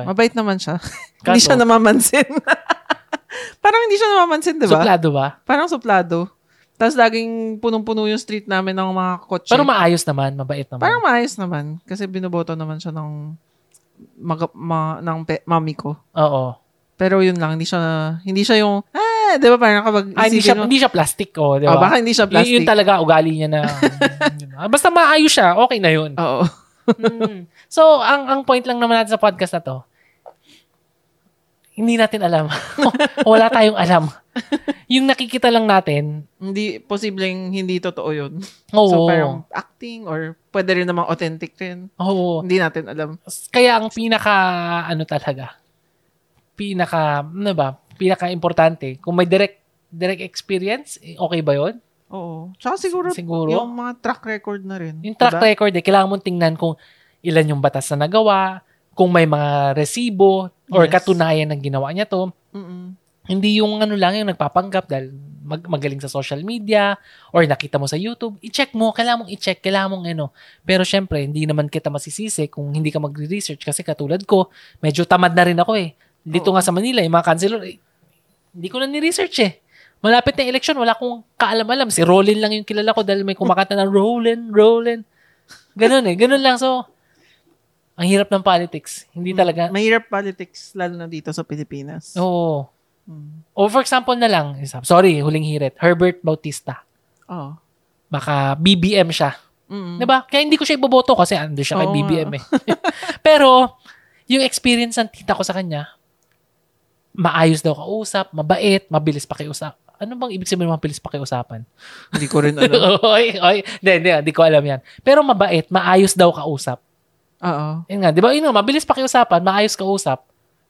S1: Oo. eh.
S2: Mabait naman siya.
S1: Kaso,
S2: hindi siya namamansin. Parang hindi siya namamansin, di ba?
S1: Suplado ba?
S2: Parang suplado. Tapos laging punong-puno yung street namin ng mga kotse.
S1: Pero maayos naman, mabait naman.
S2: Parang maayos naman. Kasi binoboto naman siya ng, mag- ma- ng pe- mami ko.
S1: Oo.
S2: Pero yun lang, hindi siya, hindi siya yung, ah, di ba parang kapag
S1: Ah, hindi siya,
S2: isipin mo,
S1: hindi siya plastic, oh, 'di
S2: "Ah,
S1: ba?
S2: baka hindi siya
S1: Yun-
S2: plastic.
S1: Yun, talaga ugali niya na. Ah, Basta maayos siya, okay na yun.
S2: Oo.
S1: Mm. So, ang ang point lang naman natin sa podcast na to, hindi natin alam. Wala tayong alam. Yung nakikita lang natin,
S2: Hindi, posibleng hindi totoo yun.
S1: oo,
S2: So parang acting or pwede rin namang authentic rin.
S1: oo.
S2: Hindi natin alam.
S1: Kaya ang pinaka, ano talaga, pinaka, ano ba, pinaka-importante, kung may direct direct experience, eh, okay ba yun?
S2: Oo. Tsaka siguro,
S1: Siguro.
S2: yung mga track record na rin. Diba?
S1: Yung track record, eh, kailangan mong tingnan kung ilan yung batas na nagawa, kung may mga resibo or
S2: Yes.
S1: katunayan ng ginawa niya to.
S2: mm
S1: Hindi yung ano lang yung nagpapanggap dahil mag- magaling sa social media or nakita mo sa YouTube, i-check mo, kailangan mong i-check, kailangan mong ano. Pero syempre, hindi naman kita masisisi kung hindi ka magre-research kasi katulad ko, medyo tamad na rin ako eh. Dito
S2: Oo.
S1: nga sa Manila, yung mga councilor, eh, hindi ko na ni-research eh. Malapit na yung eleksyon, wala akong kaalam-alam. Si Rollin lang yung kilala ko dahil may kumakanta ng Rollin, Rollin. Ganun eh, ganun lang. So, ang hirap ng politics. Hindi
S2: Hmm.
S1: talaga.
S2: Mahirap politics, lalo na dito sa Pilipinas.
S1: Oo.
S2: Mm.
S1: O for example na lang, isa- sorry, huling hirit, Herbert Bautista.
S2: Oo. Diba?
S1: Baka BBM siya.
S2: Mm-mm.
S1: 'Di ba? Kaya hindi ko siya iboboto kasi ando siya kay
S2: Hmm. Oo nga.
S1: BBM eh. Pero, yung experience ng tita ko sa kanya, maayos daw kausap, mabait, mabilis pakiusap. Ano bang ibig sabihin ng mabilis pakiusapan?
S2: Hindi ko rin alam.
S1: oy, oy. Hindi, hindi, hindi ko alam yan. Pero mabait, maayos daw kausap.
S2: Oo.
S1: Yun nga, di ba? Yun nga, mabilis pakiusapan, maayos kausap,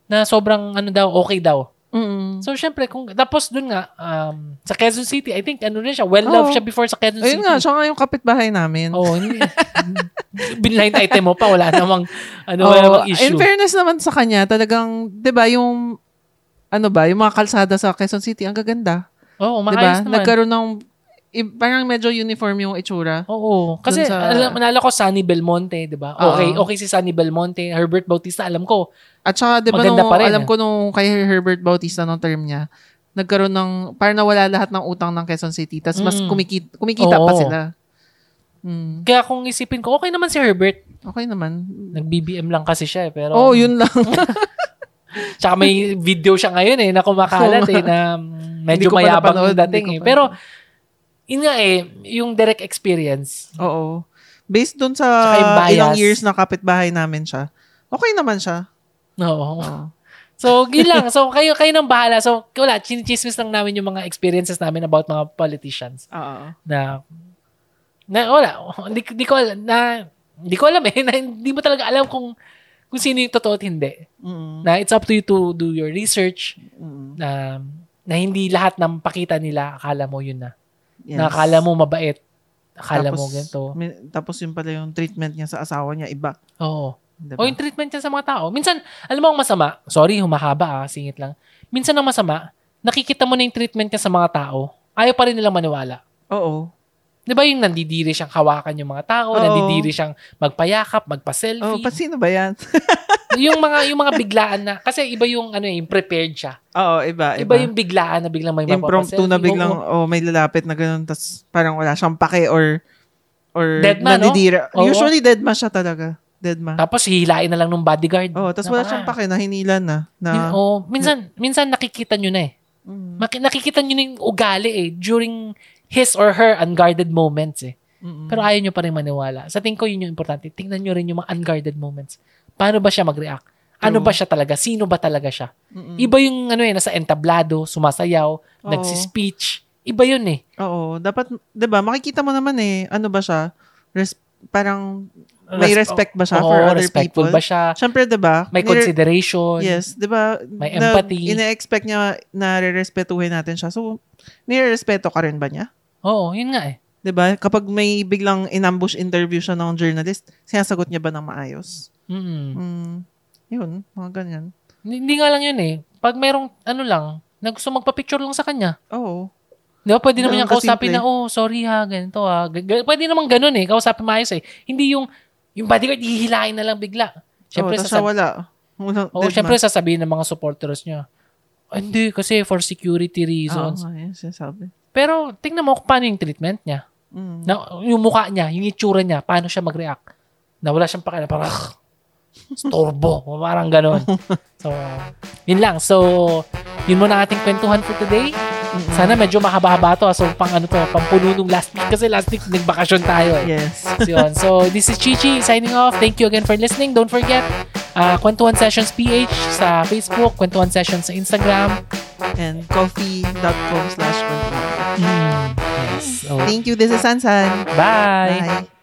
S1: na sobrang ano daw, okay daw.
S2: Mm-mm.
S1: So, syempre, kung, tapos dun nga, um, sa Quezon City, I think, ano rin siya, well-loved
S2: Oo.
S1: siya before sa Quezon City.
S2: Ayun nga, siya nga yung kapitbahay namin.
S1: Oo, hindi. Binline item mo pa, wala namang, ano, wala
S2: Oo.
S1: namang issue.
S2: In fairness naman sa kanya, talagang, di ba, yung, ano ba, yung mga kalsada sa Quezon City, ang gaganda.
S1: Oo,
S2: Di ba?
S1: maayos naman.
S2: Nagkaroon ng, i- parang medyo uniform yung itsura.
S1: Oo. Kasi,
S2: Dun sa-
S1: alam, naalala ko, Sunny Belmonte, di ba? Okay,
S2: Oo.
S1: okay si Sunny Belmonte. Herbert Bautista, alam ko.
S2: At saka, di ba,
S1: Maganda
S2: nung,
S1: pa rin,
S2: alam
S1: eh.
S2: ko nung kay Herbert Bautista nung term niya, nagkaroon ng, parang nawala lahat ng utang ng Quezon City. Tapos mas
S1: Mm.
S2: kumikita, kumikita
S1: Oo.
S2: pa sila. Mm,
S1: Kaya kung isipin ko, okay naman si Herbert.
S2: okay naman.
S1: Nag-BBM lang kasi siya eh, pero...
S2: Oo, oh, yun lang.
S1: Tsaka may video siya ngayon eh, na kumakalat eh, na mm, medyo
S2: Hindi ko pa
S1: mayabang
S2: napanood,
S1: yung dating
S2: hindi
S1: eh.
S2: ko pa.
S1: Pero, yun nga eh, yung direct experience,
S2: Oo. Based dun sa
S1: Tsaka yung bias.
S2: ilang years na kapitbahay namin siya, okay naman siya.
S1: Oo.
S2: Oo.
S1: So, yun lang. So, kayo, kayo nang bahala. So, wala, chinichismis lang namin yung mga experiences namin about mga politicians
S2: Oo.
S1: na, na wala, hindi, hindi ko alam, na, hindi ko alam eh, na hindi mo talaga alam kung kung sino yung totoo at hindi.
S2: Mm,
S1: Na it's up to you to do your research
S2: mm,
S1: na, na hindi lahat ng pakita nila akala mo yun na.
S2: yes.
S1: Na akala mo mabait, akala
S2: Tapos,
S1: mo ganito.
S2: min- tapos yun pala yung treatment niya sa asawa niya, iba.
S1: Oo.
S2: Diba?
S1: O yung treatment niya sa mga tao. Minsan, alam mo ang masama, sorry, humahaba ah, singit lang. Minsan ang masama, nakikita mo na yung treatment niya sa mga tao. ayaw pa rin nilang maniwala.
S2: Oo.
S1: Di ba yung nandidiri siyang hawakan yung mga tao,
S2: Oo.
S1: nandidiri siyang magpayakap,
S2: Oh,
S1: magpa-selfie.
S2: pa sino ba yan?
S1: yung mga yung mga biglaan na kasi iba yung ano eh, yung prepared siya.
S2: Oo, iba,
S1: Iba,
S2: Ah, iba.
S1: yung biglaan na biglang may
S2: Impromptu
S1: magpapaselfie.
S2: na biglang,
S1: Oo.
S2: oh, may lalapit na ganun, tapos parang wala siyang pake or, or
S1: Dead ma, no?
S2: nandidira.
S1: Oo.
S2: Usually, dead ma siya talaga. Dead ma.
S1: Tapos hihilain na lang ng bodyguard.
S2: Oo, tapos wala
S1: Napaka-
S2: siyang pake, nahinilan na. na
S1: Yun, oh, minsan minsan nakikita nyo na eh.
S2: Mm.
S1: Maki- nakikita nyo na yung ugali eh during his or her unguarded moments eh.
S2: Mm-mm.
S1: Pero ayaw nyo pa rin maniwala. Sa tingin ko yun yung importante. Tingnan nyo rin yung mga unguarded moments. Paano ba siya mag-react? Ano
S2: True.
S1: ba siya talaga? Sino ba talaga siya?
S2: Mm-mm.
S1: Iba yung ano eh, nasa entablado, sumasayaw,
S2: Oo.
S1: nagsispeech. Iba yun eh.
S2: Oo, dapat, 'di ba? Makikita mo naman eh, ano ba siya? Res- parang may respect ba siya
S1: Oo,
S2: for other
S1: respectful
S2: people?
S1: ba siya?
S2: Siyempre, 'di ba?
S1: May
S2: nire-
S1: consideration.
S2: Yes, 'di ba?
S1: May
S2: Na-
S1: empathy.
S2: Ina-expect niya na rerespetuhin natin siya. So, nirerespeto ka rin ba niya?
S1: Oo, yun nga eh.
S2: 'Di ba? Kapag may biglang inambush interview siya ng journalist, sinasagot niya ba ng maayos?
S1: Mm.
S2: Mm. 'Yun, mga ganyan.
S1: Hindi hindi nga lang yun eh. Pag merong ano lang, na gusto magpa-picture lang sa kanya.
S2: Oo.
S1: Di ba? Pwede naman
S2: Ganun
S1: niyang kausapin
S2: kasimple.
S1: na, oh, sorry ha, ganito ha. G- g- pwede naman ganun eh. Kausapin maayos eh. Hindi yung, yung bodyguard, hihilain na lang bigla. Siyempre,
S2: Oo, tas siya
S1: sasab-
S2: wala. Wala.
S1: oh, syempre sasabihin ng mga supporters niya, "Ah, hindi, kasi for security reasons.
S2: Oo, yun sinasabi.
S1: Pero, tingnan mo kung paano yung treatment niya.
S2: Mm.
S1: Na, yung mukha niya, yung itsura niya, paano siya mag-react. Na wala siyang pakialam, parang, "Ugh, storbo, parang ganon. So, yun lang. So, yun muna ating kwentuhan for today.
S2: Mm-mm.
S1: Sana medyo mahaba-haba to. ah. So, pang ano to, pang puno nung last week. Kasi last week, nagbakasyon tayo eh.
S2: Yes.
S1: So, yun. So, this is Chichi signing off. Thank you again for listening. Don't forget, uh, Kwentuhan Sessions PH sa Facebook, Kwentuhan Sessions sa Instagram.
S2: And coffee.com slash
S1: Mm, Yes. So,
S2: Thank you. This is Sansan.
S1: bye!
S2: Bye.